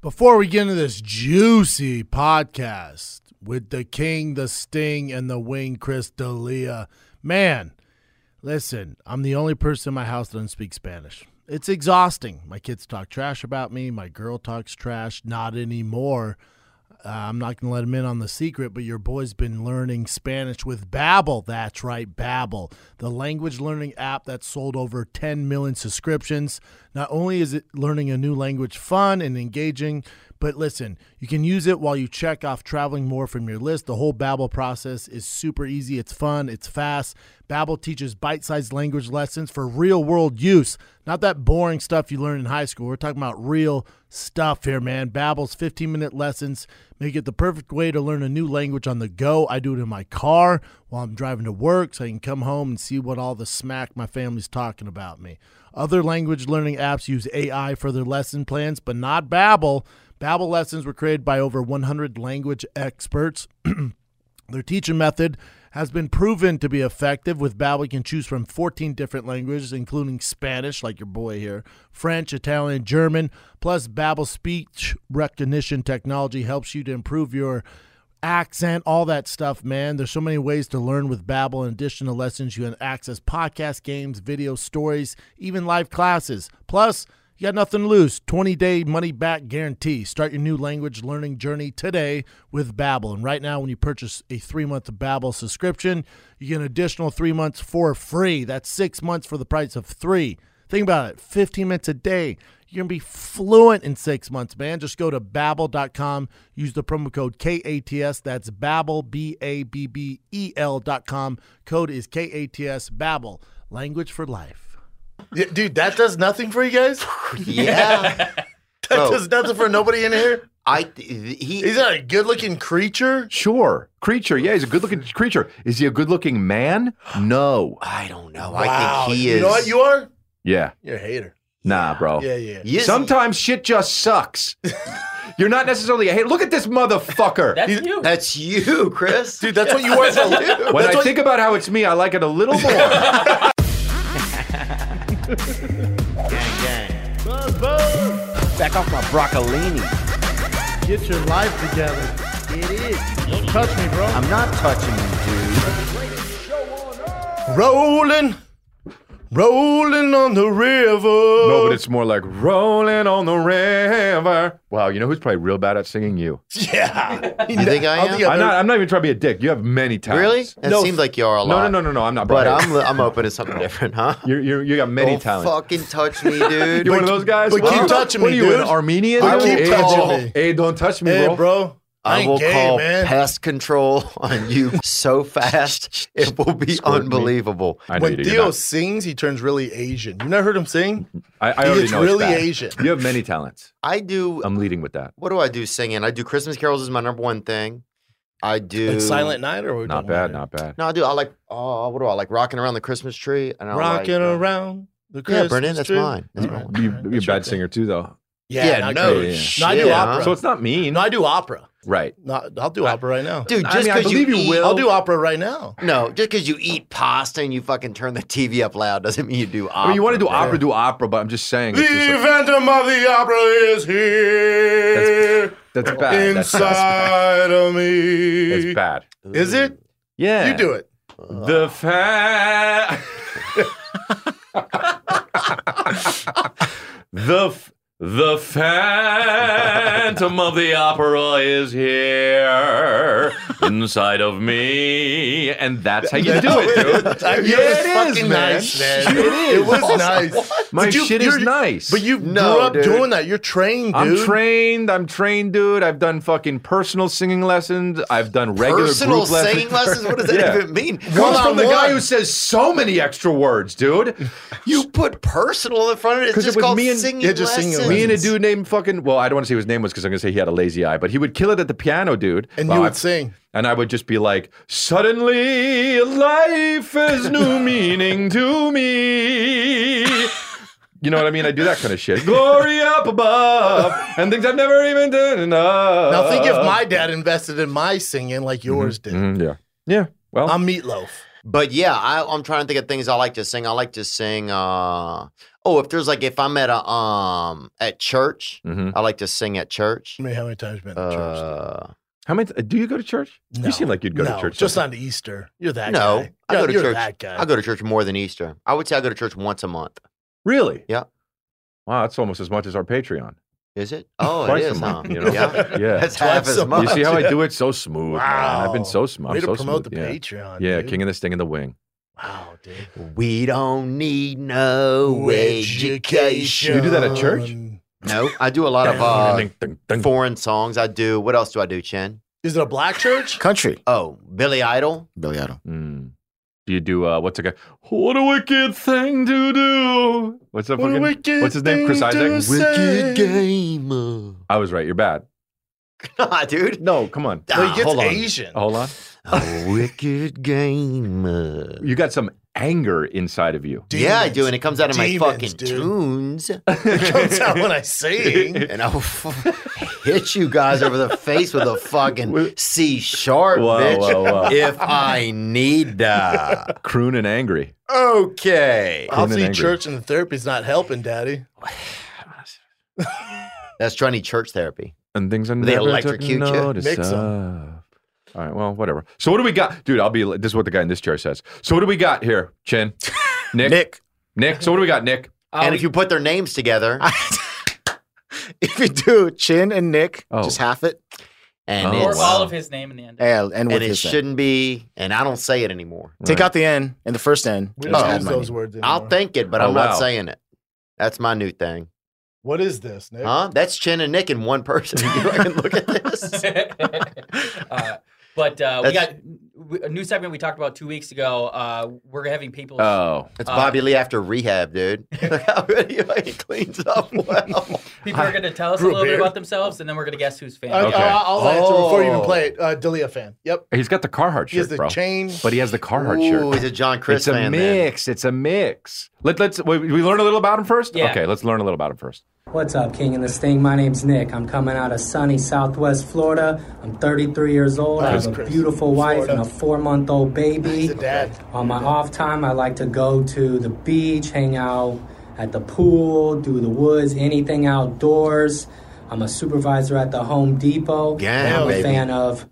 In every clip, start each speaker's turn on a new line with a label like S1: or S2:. S1: Before we get into this juicy podcast with the King, the Sting, and the Wing, Chris D'Elia, man, listen, I'm the only person in my house that doesn't speak Spanish. It's exhausting. My kids talk trash about me. My girl talks trash. Not anymore. Uh, I'm not going to let him in on the secret, but your boy's been learning Spanish with Babbel. That's right, Babbel, the language learning app that sold over 10 million subscriptions. Not only is it learning a new language fun and engaging, but listen, you can use it while you check off traveling more from your list. The whole Babbel process is super easy. It's fun. It's fast. Babbel teaches bite-sized language lessons for real-world use. Not that boring stuff you learn in high school. We're talking about real stuff here, man. Babbel's 15-minute lessons make it the perfect way to learn a new language on the go. I do it in my car while I'm driving to work so I can come home and see what all the smack my family's talking about me. Other language learning apps use AI for their lesson plans, but not Babbel. Babbel lessons were created by over 100 language experts. Their teaching method has been proven to be effective. With Babbel, you can choose from 14 different languages, including Spanish, like your boy here, French, Italian, German. Plus, Babbel speech recognition technology helps you to improve your accent, all that stuff, man. There's so many ways to learn with Babbel. In addition to lessons, you can access podcast, games, video, stories, even live classes. Plus, you got nothing to lose. 20-day money-back guarantee. Start your new language learning journey today with Babbel. And right now, when you purchase a three-month Babbel subscription, you get an additional three months for free. That's six months for the price of three. Think about it. 15 minutes a day. You're going to be fluent in six months, man. Just go to babbel.com. Use the promo code KATS. That's Babbel, B-A-B-B-E-L E dot com. Code is KATS, Babbel. Language for life.
S2: Yeah, dude, that does nothing for you guys.
S3: Yeah,
S2: That
S3: Oh.
S2: does nothing for nobody in here.
S3: I th- he
S2: He's not a good-looking creature.
S4: Sure. Creature. Yeah, he's a good looking creature. Is he a good looking man? No.
S3: oh, I don't know. I think he is.
S2: You know what you are?
S4: Yeah.
S2: You're a hater.
S4: Nah, bro.
S2: Yeah, yeah.
S3: He is-
S4: Sometimes shit just sucks. You're not necessarily a hey, look at this motherfucker.
S5: That's you.
S3: That's you, Chris.
S2: Dude, that's what you are. to
S4: when I think about how it's me, I like it a little more.
S6: Back off my broccolini.
S1: Get your life together. It is. Don't touch me, bro.
S6: I'm not touching you, dude.
S2: rolling, rolling on the river.
S4: no, but it's more like rolling on the river. Wow, you know who's probably real bad at singing? You.
S2: yeah.
S3: You think I am?
S4: I'm not. I'm not even trying to be a dick. You have many talents.
S3: Really? That
S4: no,
S3: seems like you are a
S4: no,
S3: lot.
S4: no, no, no, no. I'm not.
S3: But
S4: bro.
S3: I'm I'm open to something different, huh? Oh,
S4: You're, you're, you got many
S3: Don't
S4: talents.
S3: fucking touch me, dude.
S4: You're one of those guys.
S2: but
S4: What
S2: keep
S4: are you-
S2: touching
S4: what
S2: me,
S4: are you, an
S2: dude.
S4: Armenian?
S2: But
S4: dude?
S2: keep
S4: hey,
S2: touching
S4: don't-
S2: me.
S4: Hey, don't touch me,
S2: Hey,
S4: bro.
S2: bro. I,
S3: I
S2: ain't
S3: will
S2: gay,
S3: call
S2: man.
S3: pest control on you so fast it will be
S4: Squirt me.
S3: unbelievable.
S4: I know
S2: when
S4: you do. You're
S2: Theo
S4: not-
S2: sings, he turns really Asian. You never heard him sing?
S4: I, I
S2: he
S4: already
S2: gets
S4: know it's
S2: really
S4: bad.
S2: Asian.
S4: You have many talents.
S3: I do.
S4: I'm leading with that.
S3: what do I do singing? I do Christmas carols is my number one thing. I do
S2: Like Silent Night or we
S4: Not
S2: don't
S4: bad.
S2: want
S4: Not bad.
S3: No, I do. I like. Oh, what do I like? Rocking around the Christmas tree. And I
S2: it? Rocking
S3: like, uh,
S2: around the Christmas
S3: Yeah, Brennan, that's
S2: tree.
S3: mine. That's
S4: You-
S3: mine.
S4: you,
S2: That's
S4: you're
S2: your
S4: a bad
S2: thing.
S4: singer too, though.
S2: Yeah,
S3: Yeah,
S2: not
S3: no
S2: great.
S4: shit,
S2: No, I do
S3: huh?
S2: opera.
S4: So it's not mean,
S2: no, I do opera.
S4: right?
S2: No, I'll do opera right now.
S3: Dude,
S4: I
S3: just
S4: mean, I
S3: because
S4: believe you
S3: eat,
S4: will.
S2: I'll do opera right now.
S3: No, just because you eat pasta and you fucking turn the TV up loud doesn't mean you do opera.
S4: I mean, you want to do
S3: bro.
S4: opera, do opera, but I'm just saying. It's just like,
S2: Phantom of the Opera is here
S4: that's bad. That's, that's,
S2: of me.
S4: that's bad.
S2: Is it?
S4: Yeah.
S2: You do it.
S3: Uh.
S4: The fa the f- the Phantom of the Opera is here inside of me, and that's how you do it, dude.
S2: I-
S4: yeah, it is, man.
S2: nice, man.
S4: It is.
S2: It was nice.
S4: My
S2: But you-
S4: shit is
S2: you're-
S4: nice.
S2: But you
S3: No,
S2: grew up
S3: dude.
S2: doing that. You're trained, dude.
S4: I'm trained. I'm trained, dude. I've done fucking personal singing lessons. I've done regular
S3: Personal
S4: group lessons.
S3: singing lessons? What does that
S4: Yeah.
S3: even mean?
S4: Comes from the guy
S2: One-on-one.
S4: who says so many extra words, dude.
S3: You put personal in front of it. It's
S4: 'Cause it
S3: just
S4: was
S3: called
S4: me and-
S3: singing
S2: yeah, just singing
S3: lessons.
S4: Me and a
S2: Lessons.
S4: dude named fucking well, I don't want to say his name was because I'm gonna say he had a lazy eye, but he would kill it at the piano, dude.
S2: And
S4: Wow,
S2: you
S4: I-
S2: would sing.
S4: and I would just be like, suddenly life has new meaning to me. You know what I mean? I do that kind of shit. Glory up above and things I've never even done enough.
S2: Now think if
S3: Uh,
S2: my dad invested in my singing like yours did.
S4: Mhm, yeah, yeah. Well,
S2: I'm meatloaf.
S3: But yeah, I, I'm trying to think of things I like to sing. I like to sing. uh Oh, Oh, if there's like if I'm at a um at church,
S4: Mhm.
S3: I like to sing at church.
S2: I mean, how many times have you been to church?
S3: Uh,
S4: How many? do you go to church?
S2: No.
S4: You seem like you'd go
S2: No,
S4: to church.
S2: Just
S4: sometimes.
S2: on Easter. You're that
S3: No,
S2: guy.
S3: I go to
S2: you're
S3: church.
S2: that guy.
S3: I go to church more than Easter. I would say I go to church once a month.
S4: Really?
S3: Yeah.
S4: Wow, that's almost as much as our Patreon.
S3: Is it? Oh,
S4: Twice
S3: it
S4: a
S3: is. huh?
S4: month, you know?
S3: Yeah,
S4: Yeah.
S3: that's half
S2: Twice
S3: as
S2: a
S4: you
S3: much.
S4: see how I
S2: yeah.
S4: do it so smooth, man. I've been so smooth.
S2: Way to
S4: so
S2: promote
S4: smooth.
S2: the
S4: yeah.
S2: Patreon.
S4: Yeah,
S2: dude.
S4: King of the Sting in the Wing.
S2: Wow, dude.
S3: We don't need no education.
S4: You do that at church?
S3: No, I do a lot of uh,
S4: Ding, ding, ding.
S3: foreign songs. I do. What else do I do, Chen?
S2: Is it a black church?
S7: Country.
S3: Oh, Billy Idol. Hmm.
S7: Billy Idol.
S4: Mm. Do you do uh, what's a guy? What a wicked thing to do. What's that
S2: What a
S4: fucking?
S2: wicked
S4: what's his name? Chris
S2: thing to
S4: Isaac?
S2: say.
S3: gamer.
S4: I was right. You're bad.
S3: Nah, dude.
S4: No, come on.
S2: Well, he gets
S3: hold on.
S2: Asian.
S4: Hold on.
S3: A wicked gamer.
S4: You got some anger inside of you.
S3: yeah, I
S2: Demons.
S3: do, and it comes out of my
S2: Demons,
S3: fucking
S2: dude.
S3: tunes,
S2: It comes out when I sing.
S3: and I'll f- hit you guys over the face with a fucking C sharp,
S4: Whoa,
S3: bitch,
S4: whoa, whoa.
S3: if I need that.
S4: Croon and angry.
S3: Okay,
S4: Clean and
S2: Obviously,
S4: angry.
S2: church and therapy's not helping, Daddy.
S3: that's trying church therapy.
S4: And things I
S3: They
S4: never
S3: electrocute you.
S4: took notice
S2: Mix 'em.
S4: of. All right, well, whatever. So what do we got, dude? I'll be. This is what the guy in this chair says. So what do we got here, Chin, Nick, Nick?
S7: Nick.
S4: So what do we got, Nick?
S2: Oh,
S3: and if you put their names together,
S7: if you do Chin and Nick,
S4: Oh.
S7: just half it.
S3: and
S4: Oh,
S8: or
S3: it's,
S4: wow.
S8: all of his name in the end.
S7: And, and with
S3: and it
S7: his name.
S3: shouldn't be, and I don't say it anymore.
S7: Take
S4: Right.
S7: out the N and the first N.
S2: We
S7: Just
S2: don't
S3: Oh,
S7: add
S2: use
S7: my
S2: those
S7: name.
S2: words anymore.
S3: I'll think it, but
S4: Oh,
S3: I'm not
S4: wow.
S3: saying it. That's my new thing,
S2: What is this, Nick?
S3: huh? That's Chin and Nick in one person. You fucking look at this.
S8: uh, but uh, we
S3: That's-
S8: got w- a new segment we talked about two weeks ago. Uh, we're having people.
S4: Oh,
S3: It's
S8: Uh,
S3: Bobby Lee after rehab, dude. Look how good he like, cleans up well.
S8: people are going to tell us a
S2: Drew
S8: little bit
S2: Beard.
S8: about themselves, and then we're going to guess who's fan.
S2: I,
S4: Okay.
S2: will answer before you even
S3: Oh.
S2: play it. Uh, Dalia fan. Yep.
S4: he's got the Carhartt
S2: He has
S4: shirt,
S2: the
S4: bro.
S2: chain.
S4: But he has the Carhartt
S3: Ooh,
S4: shirt.
S3: he's a John Chris
S4: it's a
S3: fan. then.
S4: mix. It's a mix. Let, let's wait, we learn a little about him first.
S8: Yeah.
S4: Okay, let's learn a little about him first.
S9: What's up, King and the Sting? My name's Nick. I'm coming out of sunny Southwest Florida. I'm 33 years old. I have a
S2: Chris.
S9: beautiful wife
S2: Florida.
S9: and a four-month-old baby.
S2: He's a dad.
S9: On my off time, I like to go to the beach, hang out at the pool, do the woods, anything outdoors. I'm a supervisor at the Home Depot.
S3: Yeah,
S9: and I'm
S3: baby.
S9: a fan of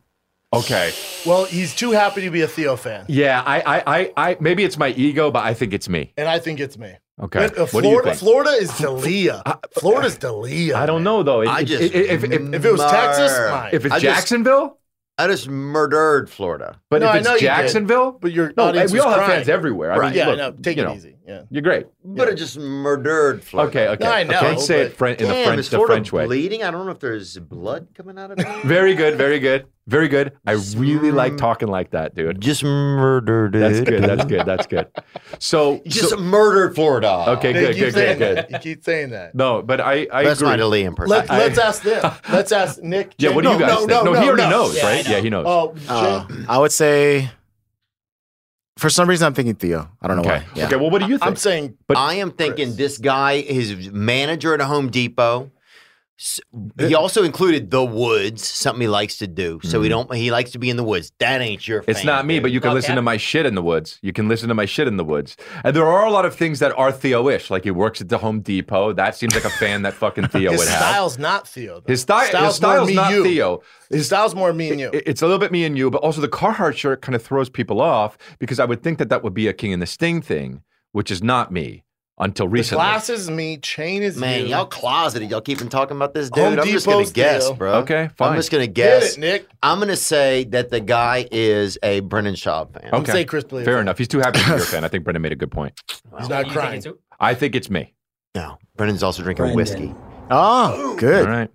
S4: Okay.
S2: Well, he's too happy to be a Theo fan.
S4: Yeah, I, I, I, I maybe it's my ego, but I think it's me.
S2: And I think it's me.
S4: Okay.
S2: But, uh,
S4: What do you
S2: Florida,
S4: think?
S2: Florida is Dalia. Florida's Dalia.
S4: I don't know though. It-
S3: I
S4: it-
S3: just
S4: it- if, if, if,
S2: If it was
S3: Murr.
S2: Texas, mine.
S4: if it's
S3: I just-
S4: Jacksonville,
S3: I just murdered Florida.
S4: but
S2: No, I
S4: if it's
S2: know you did,
S4: Jacksonville,
S2: but your
S4: no,
S2: audience
S4: we
S2: was
S4: all have
S2: crying.
S4: fans everywhere. I
S3: Right.
S4: mean,
S2: yeah,
S4: look,
S2: no, take
S4: you
S2: it
S4: know,
S2: easy. Yeah.
S4: You're great.
S3: But it just murdered Florida.
S4: Okay, okay.
S2: No, I know,
S4: Don't say it
S2: but-
S4: French in
S3: Damn,
S4: the French,
S3: is
S4: the
S3: Florida
S4: French way.
S3: bleeding? I don't know if there's blood coming out of it.
S4: Very good, very good, very good. I really like talking like that, dude.
S3: just murdered it.
S4: That's good. That's good. That's good. So,
S3: Just
S4: so-
S3: murdered Florida.
S4: okay,
S2: They
S4: good,
S2: keep
S4: good,
S2: saying
S4: good, good.
S2: that. You keep saying that.
S4: No, but I, I
S3: That's
S4: agree.
S3: my Lee impression.
S2: Let, let's ask them. Let's ask Nick.
S4: yeah, what do you
S2: No,
S4: guys
S2: no,
S4: think?
S2: No,
S4: No, he already
S2: no.
S4: knows,
S8: Yeah, I
S4: right?
S8: know.
S4: yeah, he knows.
S2: Oh,
S7: Uh,
S2: Jim,
S7: I would say, for some reason, I'm thinking Theo. I don't know
S4: okay.
S7: why. Yeah.
S4: Okay. Well, what do you think?
S2: I'm saying
S4: But-
S3: I am thinking
S2: Chris.
S3: this guy, his manager at a Home Depot. s- He
S4: Uh,
S3: also included the woods, something he likes to do. So he don't. He likes to be in the woods. That ain't your.
S4: Mm-hmm. It's
S3: fan,
S4: not me,
S3: dude.
S4: but you can
S8: Bob
S4: listen to
S8: Cat?
S4: my shit in the woods. You can listen to my shit in the woods. And there are a lot of things that are Theo-ish. Like he works at the Home Depot. That seems like a fan that fucking Theo
S2: his
S4: would have.
S2: style's not Theo. Though.
S4: His style,
S2: style's
S4: his style's
S2: more me,
S4: not
S2: you.
S4: Theo.
S2: His style's more me and you.
S4: It- It's a little bit me and you, but also the Carhartt shirt kind of throws people off because I would think that that would be a King and the Sting thing, which is not me until
S2: The
S4: recently.
S2: glasses is me. Chain is
S3: Man,
S2: you.
S3: y'all closeted. Y'all keeping talking about this dude.
S2: Home
S3: I'm just gonna
S2: Depot's
S3: guess,
S2: deal.
S3: bro.
S4: Okay, fine.
S3: I'm just gonna
S2: get
S3: guess.
S2: it, Nick.
S3: I'm gonna say that the guy is a Brennan Schaub fan.
S2: I'm
S4: Okay.
S2: saying Chris D'Elia.
S4: Fair enough. He's too happy to be your fan. I think Brendan made a good point.
S2: He's
S8: Do you
S2: not
S8: think
S2: crying.
S8: it's who?
S4: I think it's me.
S3: No, Brennan's also drinking
S9: Brendan.
S3: whiskey. Ah,
S7: Oh,
S4: All
S7: good.
S4: right.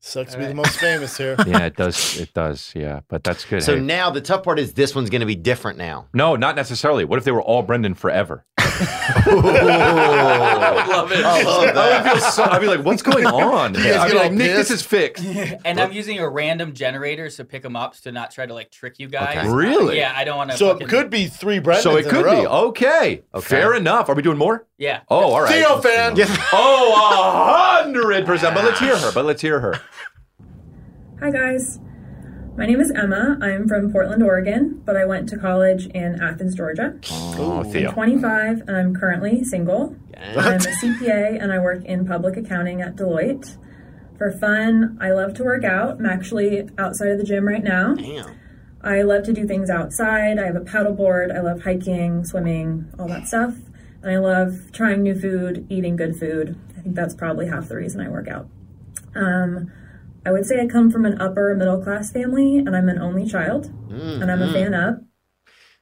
S2: Sucks to be the most famous here.
S4: Yeah, it does. It does. Yeah, but that's good.
S3: So
S4: Hey,
S3: now the tough part is this one's gonna be different now.
S4: no, not necessarily. What if they were all Brendan forever?
S8: I would love it.
S4: I would feel so. I'd be like, "What's going on?"
S2: guys
S4: I'd be
S2: get
S4: like,
S2: all
S4: "Nick, this
S2: pissed?
S4: is fixed."
S8: and I'm using a random generator to pick them up to not try to like trick you guys.
S3: Okay.
S4: Really?
S8: Yeah, I don't want to.
S2: So
S8: fucking,
S2: it could be three Brennans
S4: so it
S2: in
S4: could
S2: a row.
S4: be okay.
S3: Okay.
S4: Fair enough. Are we doing more?
S8: Yeah.
S4: Oh, all right.
S2: Theo fan.
S4: Oh, a hundred percent. But let's hear her. But let's hear her.
S10: Hi guys. My name is Emma. I'm from Portland, Oregon, but I went to college in Athens, Georgia.
S4: Oh,
S10: I'm 25 and I'm currently single. I'm a CPA and I work in public accounting at Deloitte. For fun, I love to work out. I'm actually outside of the gym right now.
S3: Damn.
S10: I love to do things outside. I have a paddleboard. I love hiking, swimming, all that stuff. And I love trying new food, eating good food. I think that's probably half the reason I work out. Um, I would say I come from an upper middle class family, and I'm an only child, and I'm a fan up.
S3: Mm-hmm.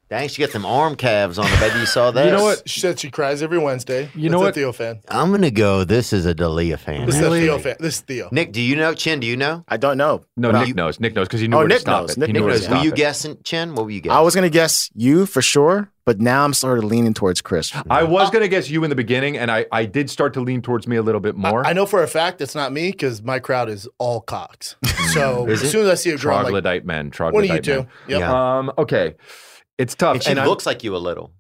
S3: Dang, she got them arm calves on her, baby. You saw that?
S4: You know what?
S2: She said she cries every Wednesday.
S4: You know
S2: That's
S4: what?
S2: A Theo fan.
S3: I'm gonna go. This is a Dalia fan.
S2: This is a Theo fan. This is Theo.
S3: Nick, do you know? Chin, do you know?
S7: I don't know.
S4: No,
S7: but
S4: Nick knows. Nick knows because he knew
S7: Oh,
S4: where to
S7: Nick
S4: stop
S7: knows.
S4: it.
S7: Nick
S4: he knew where to
S7: knows.
S3: Were
S4: stop
S3: you
S4: it.
S3: guessing, Chin? What were you guessing?
S7: I, I was gonna guess you for sure, but now I'm sort of leaning towards Chris.
S4: I was gonna guess you in the beginning, and I, I did start to lean towards me a little bit more.
S2: I know for a fact it's not me because my crowd is all cocks. So Oh, as soon as I see a girl, I'm like,
S4: troglodyte men.
S2: what are you
S4: Troglodyte
S2: two?
S4: men.
S2: Yep.
S3: Yeah.
S4: Um. Okay. It's tough.
S3: and she
S4: I'm-
S3: looks like you a little.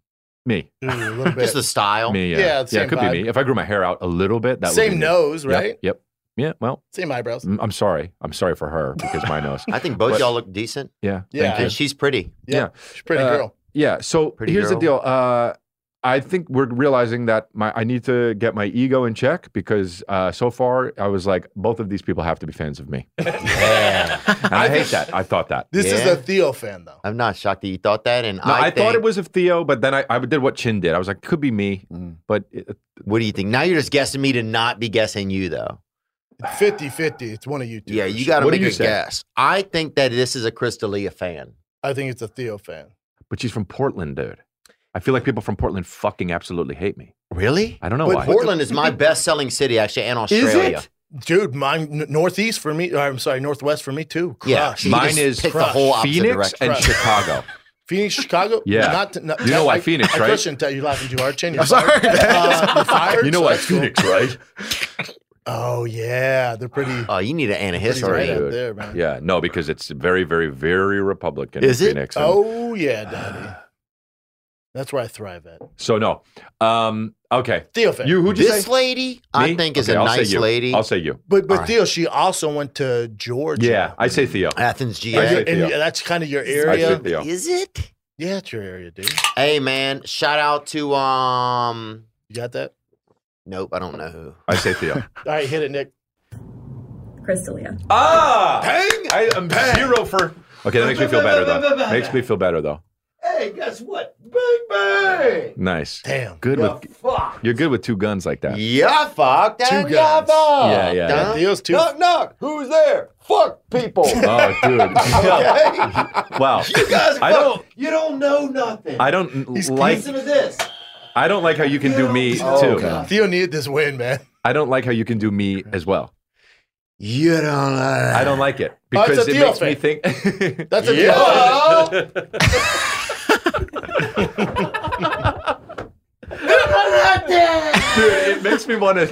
S4: me.
S2: Ooh, Mm, a little bit.
S3: Just the style.
S4: Me. Yeah.
S2: Yeah,
S4: Yeah.
S2: same
S4: it could
S2: vibe.
S4: be me. If I grew my hair out a little bit, that would
S2: Same
S4: be me.
S2: nose,
S4: Yep,
S2: right?
S4: Yep. Yeah. Well, Mm,
S2: Same eyebrows.
S4: I'm I'm sorry. I'm sorry for her because my nose.
S3: I think both
S4: But-
S3: y'all look decent,
S4: Yeah.
S2: Yeah.
S4: Thank you.
S3: and she's pretty.
S2: Yeah. She's a pretty
S4: Uh,
S2: girl.
S4: Yeah. So
S3: Pretty
S4: here's the deal.
S3: girl.
S4: Uh, I think we're realizing that my I need to get my ego in check because uh, so far I was like both of these people have to be fans of me. And I, hate that. I thought that.
S2: This is
S3: yeah.
S2: a Theo fan though.
S3: I'm not shocked that you thought that. And
S4: No, I,
S3: I,
S4: thought
S3: think-
S4: it was of Theo, but then I, I did what Chin did. I was like, could be me, but it,
S3: What do you think? Now you're just guessing me to not be guessing you though.
S2: 50-50. It's one of you two.
S3: Yeah, you got to
S4: What do
S3: make
S4: you
S3: a
S4: say?
S3: guess. I think that this is a Crystalia fan.
S2: I think it's a Theo fan.
S4: but she's from Portland, dude. I feel like people from Portland fucking absolutely hate me.
S3: Really?
S4: I don't know
S2: But
S4: why.
S3: Portland is my best-selling city, actually, and Australia.
S2: Dude, mine n- northeast for me. I'm sorry, northwest for me too.
S3: Yeah,
S2: Crush.
S3: she
S4: Mine
S3: just
S4: is
S3: picked the
S2: crushed.
S3: whole opposite
S4: Phoenix
S3: direction.
S4: and
S2: Right.
S4: Chicago.
S2: Phoenix, Chicago.
S4: Yeah.
S2: not, to- not
S4: You know
S2: I-
S4: why Phoenix,
S2: I
S4: right?
S2: question that you're laughing too hard, Chin. You're fired. Uh, you're fired,
S4: you know
S2: so
S4: why
S2: that's cool.
S4: Phoenix, right?
S2: Oh yeah, they're pretty.
S3: Oh, you need an
S2: pretty right
S3: antihistamine.
S2: up there, man.
S4: Yeah, no, because it's very, very, very Republican.
S3: Is
S4: in
S3: it?
S4: Phoenix, and-
S2: Oh yeah,
S4: Uh,
S2: daddy. That's where I thrive at.
S4: So no. Um. Okay.
S2: Theo fan.
S4: You who'd you
S3: This
S4: say?
S3: lady, I
S4: Me?
S3: think, is
S4: Okay,
S3: a
S4: I'll say
S3: nice
S4: you.
S3: lady.
S4: I'll say you.
S2: but but
S3: All right.
S2: Theo, she also went to Georgia.
S4: Yeah, I say Theo.
S3: Athens,
S4: I
S2: And
S3: GA.
S2: you're-
S4: say
S2: and
S4: Theo.
S2: you- that's kind of your
S4: I say
S2: area.
S4: Theo.
S3: Is it?
S2: Yeah, it's your area, dude.
S3: Hey, man! Shout out to um.
S2: You got that?
S3: Nope, I don't know who.
S4: I say Theo.
S2: All right, hit it, Nick.
S10: Crystalia.
S4: ah, I am zero for. Okay, that makes me feel better though. Makes me feel better though.
S3: Hey, guess what? Bang bang!
S4: Nice.
S2: Damn.
S4: Good with.
S3: Fuck.
S4: You're good with two guns like that.
S3: Yeah, fuck that.
S2: guns.
S3: Yeah, fuck.
S4: Yeah, yeah, yeah.
S3: Dun-
S2: Theo's two.
S3: Knock knock. Who's there? Fuck people.
S4: Oh, dude. Yeah.
S3: Okay.
S4: Wow.
S3: You guys,
S4: I don't-
S3: fuck- You don't know nothing.
S4: I don't like.
S3: Listen to this.
S4: I don't like how you can do me
S3: Oh,
S1: Oh,
S4: too.
S7: God.
S2: Theo needed this win, man.
S4: I don't like how you can do me as well.
S3: You don't know.
S4: I don't like it
S2: Oh, it's a
S4: because it
S2: Theo
S4: makes me
S2: thing.
S4: think.
S2: That's a
S3: Yo!
S2: Theo fan.
S4: Dude, it makes me want to.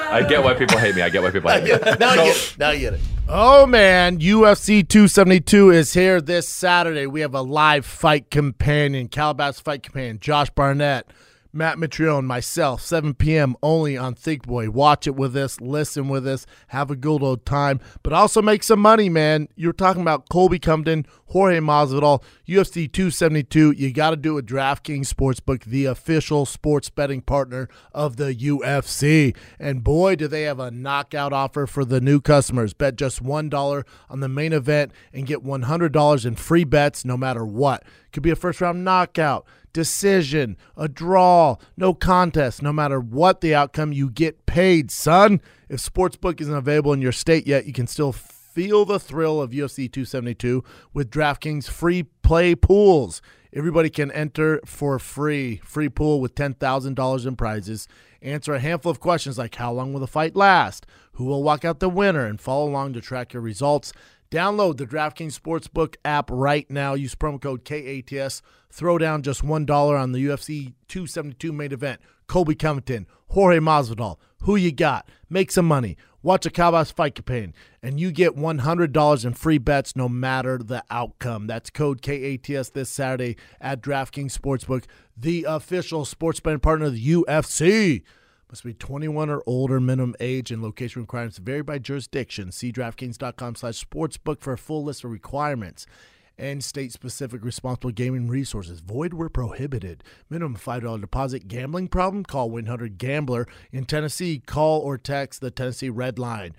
S4: I get why people hate me. I get why people hate me.
S2: now you get it. Now you get it.
S1: Oh man, UFC 272 is here this Saturday. We have a live fight companion, Calabas fight companion, Josh Barnett, Matt Mitrione, myself, 7 p.m. only on Think Boy. Watch it with us, listen with us, have a good old time, but also make some money, man. You're talking about Colby Cumden, Jorge Masvidal, UFC 272. You got to do a DraftKings Sportsbook, the official sports betting partner of the UFC. And boy, do they have a knockout offer for the new customers. Bet just $1 on the main event and get $100 in free bets no matter what. Could be a first round knockout, decision, a draw, no contest. No matter what the outcome, you get paid, son. If Sportsbook isn't available in your state yet, you can still Feel the thrill of UFC 272 with DraftKings free play pools. Everybody can enter for free. Free pool with $10,000 in prizes. Answer a handful of questions like how long will the fight last? Who will walk out the winner? And follow along to track your results. Download the DraftKings Sportsbook app right now. Use promo code KATS. Throw down just $1 on the UFC 272 main event. Colby Covington, Jorge Masvidal. Who you got? Make some money. Watch a Cowboys fight campaign, and you get $100 in free bets no matter the outcome. That's code KATS this Saturday at DraftKings Sportsbook, the official sports betting partner of the UFC. Must be 21 or older, minimum age, and location requirements vary by jurisdiction. See DraftKings.com slash sportsbook for a full list of requirements and state-specific responsible gaming resources. Void where prohibited. Minimum $5 deposit. Gambling problem? Call 1-800-GAMBLER. In Tennessee, call or text the Tennessee Red Line.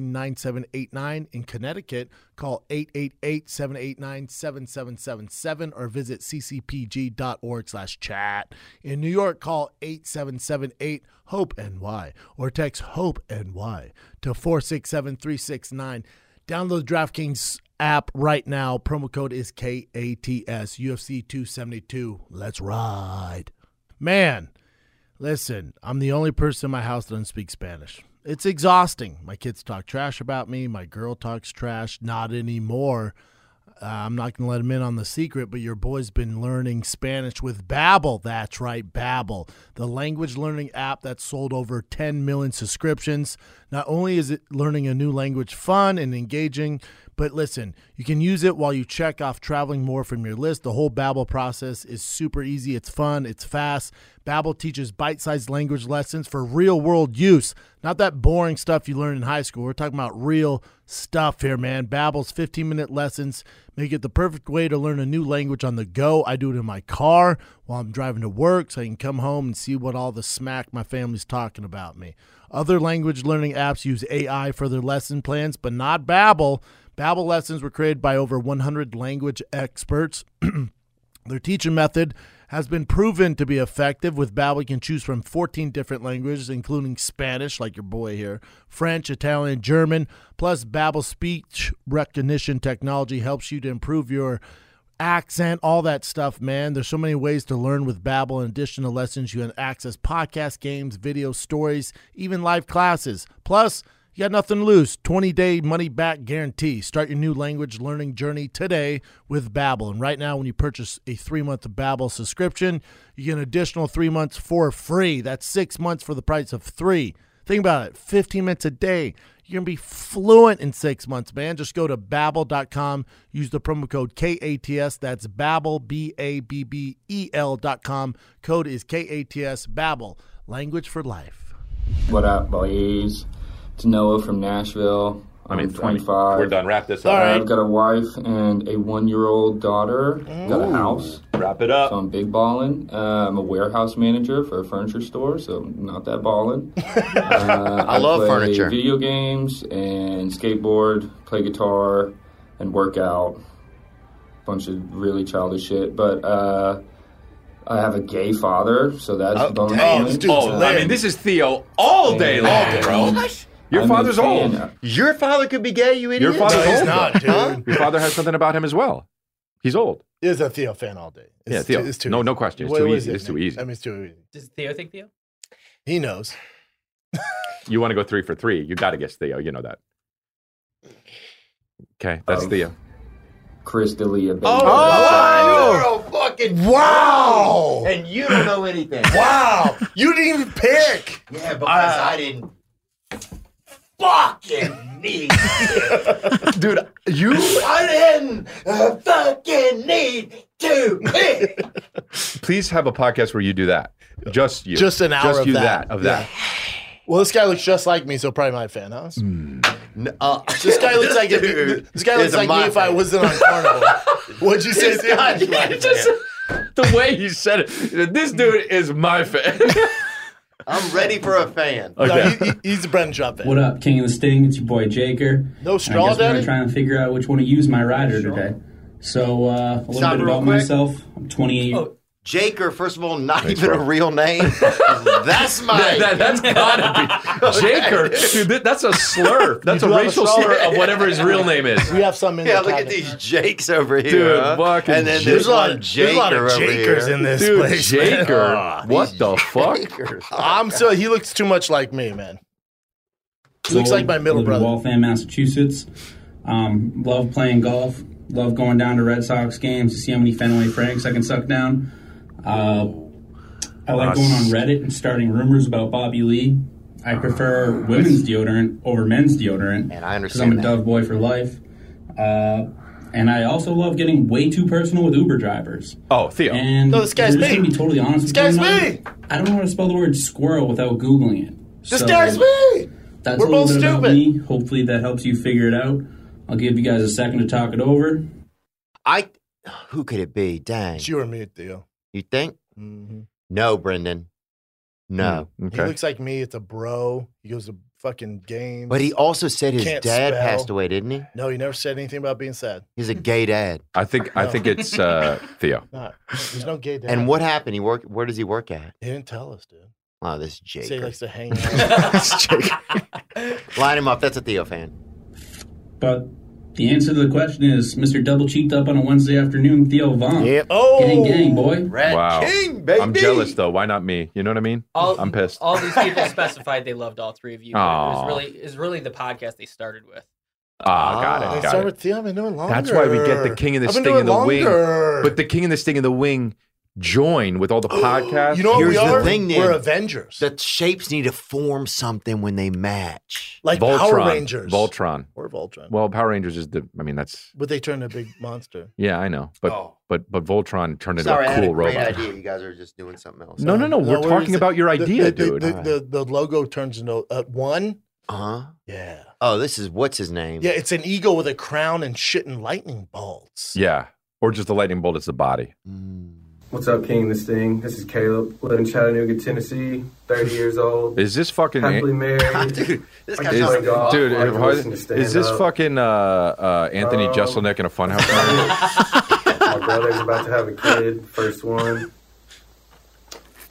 S1: 1-800-889-9789. In Connecticut, call 888-789-7777 or visit ccpg.org slash chat. In New York, call 8778 hope ny or text HOPE-NY to 467369. Download the DraftKings app right now. Promo code is KATS UFC 272. Let's ride. Man, listen, I'm the only person in my house that doesn't speak Spanish. It's exhausting. My kids talk trash about me. My girl talks trash. Not anymore. Uh, I'm not going to let him in on the secret, but your boy's been learning Spanish with Babbel. That's right, Babbel, the language learning app that's sold over 10 million subscriptions. Not only is it learning a new language fun and engaging, but listen, you can use it while you check off traveling more from your list. The whole Babbel process is super easy. It's fun. It's fast. Babbel teaches bite-sized language lessons for real-world use, not that boring stuff you learn in high school. We're talking about real stuff here, man. Babbel's 15-minute lessons make it the perfect way to learn a new language on the go. I do it in my car while I'm driving to work, so I can come home and see what all the smack my family's talking about me. Other language learning apps use AI for their lesson plans, but not Babbel. Babbel lessons were created by over 100 language experts. Their teaching method has been proven to be effective. With Babbel, you can choose from 14 different languages, including Spanish, like your boy here, French, Italian, German. Plus, Babbel speech recognition technology helps you to improve your accent, all that stuff, man. There's so many ways to learn with Babbel. In addition to lessons, you can access podcast games, video stories, even live classes. Plus, you got nothing to lose. 20-day money-back guarantee. Start your new language learning journey today with Babbel. And right now, when you purchase a three-month Babbel subscription, you get an additional three months for free. That's six months for the price of three. Think about it. 15 minutes a day. You're going to be fluent in six months, man. Just go to babbel.com. Use the promo code KATS. That's Babbel, B-A-B-B-E-L E dot com. Code is KATS, Babbel. Language for life.
S11: What up, boys? It's Noah from Nashville.
S4: I
S11: I'm
S4: mean,
S11: 25.
S4: we're done. Wrap this up. All right.
S11: I've got a wife and a one-year-old daughter. Got a
S4: Ooh.
S11: house.
S4: Wrap it up.
S11: So I'm big balling. Uh, I'm a warehouse manager for a furniture store, so not that balling. Uh,
S3: I love
S11: play
S3: furniture.
S11: Video games and skateboard, play guitar, and work out. Bunch of really childish shit, but. Uh, I have a gay father, so that's
S3: Oh,
S11: bonus
S3: damn,
S11: points.
S3: this dude's
S4: Oh, I mean, this is Theo all day
S11: Yeah.
S4: long,
S2: Oh
S4: bro. Your
S11: I'm a
S4: father's
S11: fan.
S4: old.
S3: Your father could be gay, you idiot.
S4: Your father's
S2: he's
S4: old.
S2: not, dude.
S4: Your father has something about him as well. He's old.
S2: Is a Theo fan all day. It's
S4: yeah, Theo.
S2: Too, it's too
S4: no,
S2: easy.
S4: no question. It's
S2: What-
S4: too
S2: what is
S4: easy.
S2: it,
S4: it's too
S2: Nick?
S4: easy.
S2: I mean, it's too easy.
S8: Does Theo think Theo?
S2: He knows.
S4: you want to go three for three. You got to guess Theo. You know that. Okay, that's
S11: Oh.
S4: Theo.
S11: Chris D'Elia. Baby.
S2: Oh,
S3: Oh, you're a fucking
S2: Wow.
S3: and you don't know anything.
S2: Wow. You didn't even pick.
S3: Yeah, because I didn't fucking need to.
S4: Dude, you.
S3: I didn't uh, fucking need to pick.
S4: Please have a podcast where you do that. Just you.
S2: Just an hour
S4: Just
S2: of
S4: you
S2: that.
S4: Of that.
S2: Well, this guy looks just like me, so probably my fan, huh?
S4: Hmm.
S3: N- uh,
S2: This guy looks like if,
S3: dude
S2: this guy looks
S3: is a
S2: like me if I
S3: monster.
S2: wasn't on Carnival. What'd you say? Theo?
S4: Just the way he said it. This dude is my fan.
S3: I'm ready for a fan.
S2: No,
S4: Okay.
S2: he, he- he's a Brendan Schaub fan.
S9: What up, King of the Sting? It's your boy Jaker.
S2: No straw,
S9: I guess
S2: Daddy?
S9: we're trying to figure out which one to use my rider today. So uh, a little
S3: Stop
S9: bit
S3: real
S9: about
S3: quick.
S9: myself. I'm 28.
S8: Oh,
S3: Jaker, first of all, not
S4: Thanks,
S3: even
S4: bro.
S3: a real name. That's my.
S4: That, that's gotta be Jaker. Dude, that- that's a slur. That's a
S2: do have a
S4: racial
S2: slur.
S4: slur of whatever his real name is.
S2: We have some in
S3: yeah,
S2: the
S3: look at
S2: cabinet.
S3: these Jakes over here.
S4: Dude,
S3: huh?
S4: fucking
S3: and then
S4: There's
S3: there's
S4: a
S3: one
S2: There's a lot of
S3: Jaker over
S2: Jakers
S3: here. Ah.
S2: in this
S4: Dude,
S2: place. man.
S4: Jaker. What the fuck?
S2: I'm so he looks too much like me, man. He looks like my middle
S9: live in
S2: brother.
S9: Waltham, Massachusetts. Um, love playing golf. Love going down to Red Sox games to see how many Fenway Franks I can suck down. Uh, I like going on Reddit and starting rumors about Bobby Lee. I prefer women's deodorant over men's deodorant.
S3: And I
S9: because I'm a
S3: understand that.
S9: Dove boy for life. Uh, And I also love getting way too personal with Uber drivers.
S4: Oh, Theo.
S9: And
S4: No, this guy's
S9: I'm just
S4: me.
S9: gonna be totally honest
S4: This
S9: with
S4: guy's
S9: you. me. I don't know how to spell the word squirrel without googling it.
S1: This guy's me.
S9: That's
S1: We're
S9: a little
S1: both
S9: bit about
S1: stupid.
S9: me. Hopefully that helps you figure it out. I'll give you guys a second to talk it over.
S3: I. Who could it be? Dang.
S1: It's you or me, Theo.
S3: You think?
S1: Mm-hmm.
S3: No, Brendan. No.
S4: Hmm,
S1: He looks like me. It's a bro. He goes to fucking games.
S3: but he also said his
S1: Can't
S3: dad
S1: spell.
S3: passed away, didn't he?
S1: No, he never said anything about being sad.
S3: He's a gay dad.
S4: I think I
S1: No.
S4: think it's uh, Theo.
S1: Not. There's no gay dad.
S3: And what happened? He work. Where does he work at?
S1: He didn't tell us, dude.
S3: Wow, this
S1: Say
S3: Jake.
S1: he likes to hang out.
S3: Line him up. That's a Theo fan.
S9: But the answer to the question is Mr. Double Cheeked Up on a Wednesday afternoon, Theo Vaughn.
S7: Yep.
S1: Oh,
S9: Gang, gang, boy.
S4: wow. I'm jealous though. Why not me? You know what I mean?
S8: All,
S4: I'm pissed.
S8: All these people specified they loved all three of you. but It
S4: Aw.
S8: was really is really the podcast they started with.
S4: Ah, got
S1: I
S4: it. Got
S1: started
S4: it.
S1: with Theo. I've been doing longer.
S4: That's why we get the king of this
S1: I've been
S4: thing in the
S1: doing
S4: wing.
S1: longer.
S4: But the king and this thing in the wing join with all the podcasts.
S1: You know what
S3: Here's
S1: we
S3: the
S1: are?
S3: thing, Nick.
S1: We're Avengers.
S3: The shapes need to form something when they match.
S1: Like
S4: Voltron,
S1: Power Rangers.
S4: Voltron.
S1: Or Voltron.
S4: Well, Power Rangers is the. I mean, that's.
S1: but they turn a big monster.
S4: Yeah, I know. But
S3: Oh.
S4: but but Voltron turned into
S3: Sorry,
S4: a
S3: I had a
S4: cool
S3: great
S4: robot.
S3: idea. You guys are just doing something else.
S4: No, no, no. We're
S1: what
S4: talking
S1: is it?
S4: about your
S1: The-
S4: idea,
S1: the, the,
S4: dude.
S1: The, the, the logo turns into uh, one.
S4: Uh-huh.
S3: Uh huh.
S1: Yeah.
S3: Oh, this is what's his name?
S1: Yeah, it's an eagle with a crown and shit and lightning bolts.
S4: yeah, or just the lightning bolt is the body.
S12: What's up, King of This Thing? This is Caleb. Live in Chattanooga, Tennessee. 30 years old.
S4: Is this fucking?
S12: happily
S4: Is,
S12: married.
S3: Dude, this
S12: I
S3: guy's
S12: just
S3: not
S12: play golf.
S4: dude,
S12: I can listen to
S4: is,
S12: stand
S4: this
S12: up.
S4: fucking uh, uh, Anthony
S12: Um,
S4: Jeselnik in a funhouse? movie?
S12: My brother's about to have a kid, first one.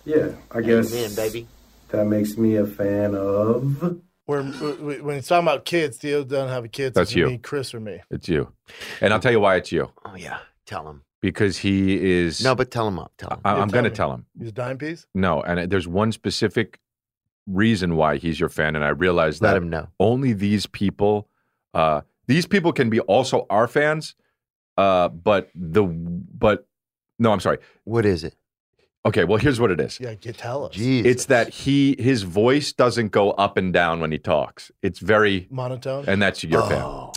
S12: Yeah, I guess
S3: Amen, baby.
S12: that makes me a fan of.
S1: Where w- when it's talking about kids, Theo doesn't have a kid. so
S4: That's
S1: it's
S4: you.
S1: Me, Chris, or me.
S4: It's you, and I'll tell you why it's you
S3: Oh yeah. Tell him.
S4: because he is.
S3: No, but tell him up. Tell him.
S4: I,
S1: Yeah,
S4: I'm
S1: tell
S4: going to
S1: me.
S4: tell him.
S1: He's a dime piece.
S4: No, and uh, there's one specific reason why he's your fan, and I realize
S3: Let
S4: that
S3: him know.
S4: only these people uh these people can be also our fans uh but the but no i'm sorry
S3: What is it?
S4: okay well here's what it is
S1: Yeah, you tell us.
S3: Jeez.
S4: it's that he his voice doesn't go up and down when he talks it's very
S1: Monotone.
S4: and that's your fan
S3: Oh.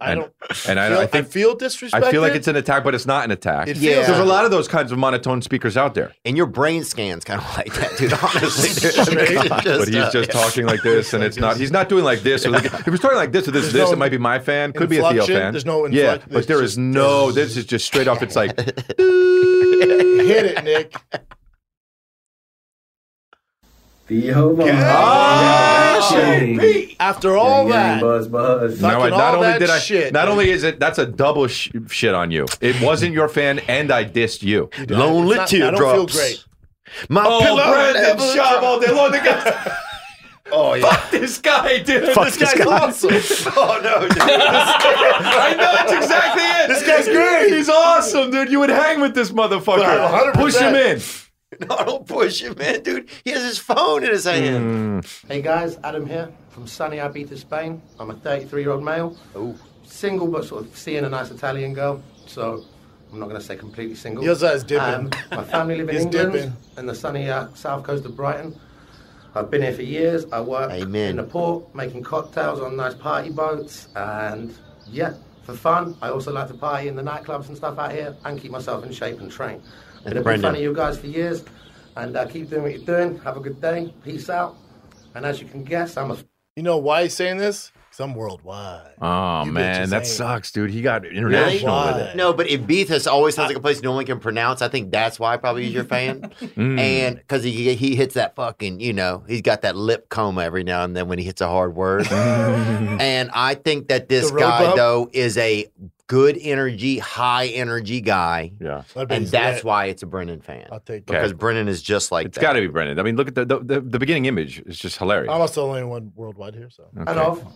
S1: I
S4: and-
S1: don't.
S4: and I,
S1: feel,
S4: I think
S1: feel disrespected.
S4: i feel like it's an attack but it's not an attack
S1: It feels
S3: Yeah.
S4: there's a lot of those kinds of monotone speakers out there
S3: And your brain scan's kind of like that, dude. Honestly, dude.
S1: Right?
S3: Just,
S4: but he's
S3: uh,
S4: just talking like this, and it's not. He's not doing like this. Or like, if he's talking like this or this,
S1: There's
S4: this,
S1: no
S4: it might be my fan. Could be a Theo
S1: inflection.
S4: fan.
S1: There's no
S4: Yeah,
S1: inflect-
S4: but
S1: it's
S4: there
S1: just-
S4: is no. This is just straight off. It's like
S1: hit it, Nick.
S12: Theo Vaughn.
S4: Oh,
S12: Gang,
S1: After all
S12: gang,
S1: that,
S12: Buzz, buzz.
S1: Fuck
S4: Now I,
S1: Fucking
S4: not
S1: all
S4: only
S1: that
S4: did I,
S1: shit,
S4: not
S1: dude.
S4: only is it that's a double sh- shit on you. It wasn't your fan, and I dissed you.
S1: It's
S3: lonely
S1: not- I
S3: teardrops.
S1: don't feel great. Oh,
S3: My pillow never drops.
S4: Oh, all day long. oh yeah, fuck this guy, dude.
S7: Fuck this guy.
S4: awesome. oh no, dude. I know that's exactly it. This
S1: guy's great.
S4: He's awesome, dude. You would hang with this
S1: 100%.
S4: motherfucker. Push him in.
S3: No, don't push him, man, dude. He has his phone in his hand.
S1: Hmm.
S13: Hey guys, Adam here from sunny Ibiza, Spain. I'm a 33 year old male. Single, but sort of seeing a nice Italian girl. So I'm not going to say completely single. Um,
S1: Your side's dipping.
S13: my family live in
S1: It's
S13: England
S1: dipping.
S13: and the sunny uh, south coast of Brighton. I've been here for years. I work
S3: Amen.
S13: in the port, making cocktails on nice party boats, and yeah, for fun. I also like to party in the nightclubs and stuff out here and keep myself in shape and train. But I've been
S3: Brendan.
S13: fan of you guys for years, and uh, keep doing what you're doing. Have a good day. Peace out. And as you can guess, I'm a
S1: You know why he's saying this? Because I'm worldwide.
S4: Oh
S1: You
S4: man,
S1: bitches
S4: that
S1: ain't.
S4: sucks, dude. He got international with it.
S1: Why?
S3: No, but Ibiza always sounds like a place no one can pronounce. I think that's why probably he's your fan,
S1: Hmm.
S3: and because he he hits that fucking you know he's got that lip coma every now and then when he hits a hard word, and I think that this
S1: The road
S3: guy
S1: bump?
S3: though is a good energy, high energy guy,
S4: Yeah,
S1: That'd be
S3: and
S1: lit.
S3: that's why it's a Brennan fan
S1: I'll take that.
S3: because Brennan is just like
S4: it's
S3: that.
S4: got to be Brendan. I mean, look at the the, the, the beginning image. It's just hilarious.
S1: I'm also the only one worldwide here, so.
S13: and of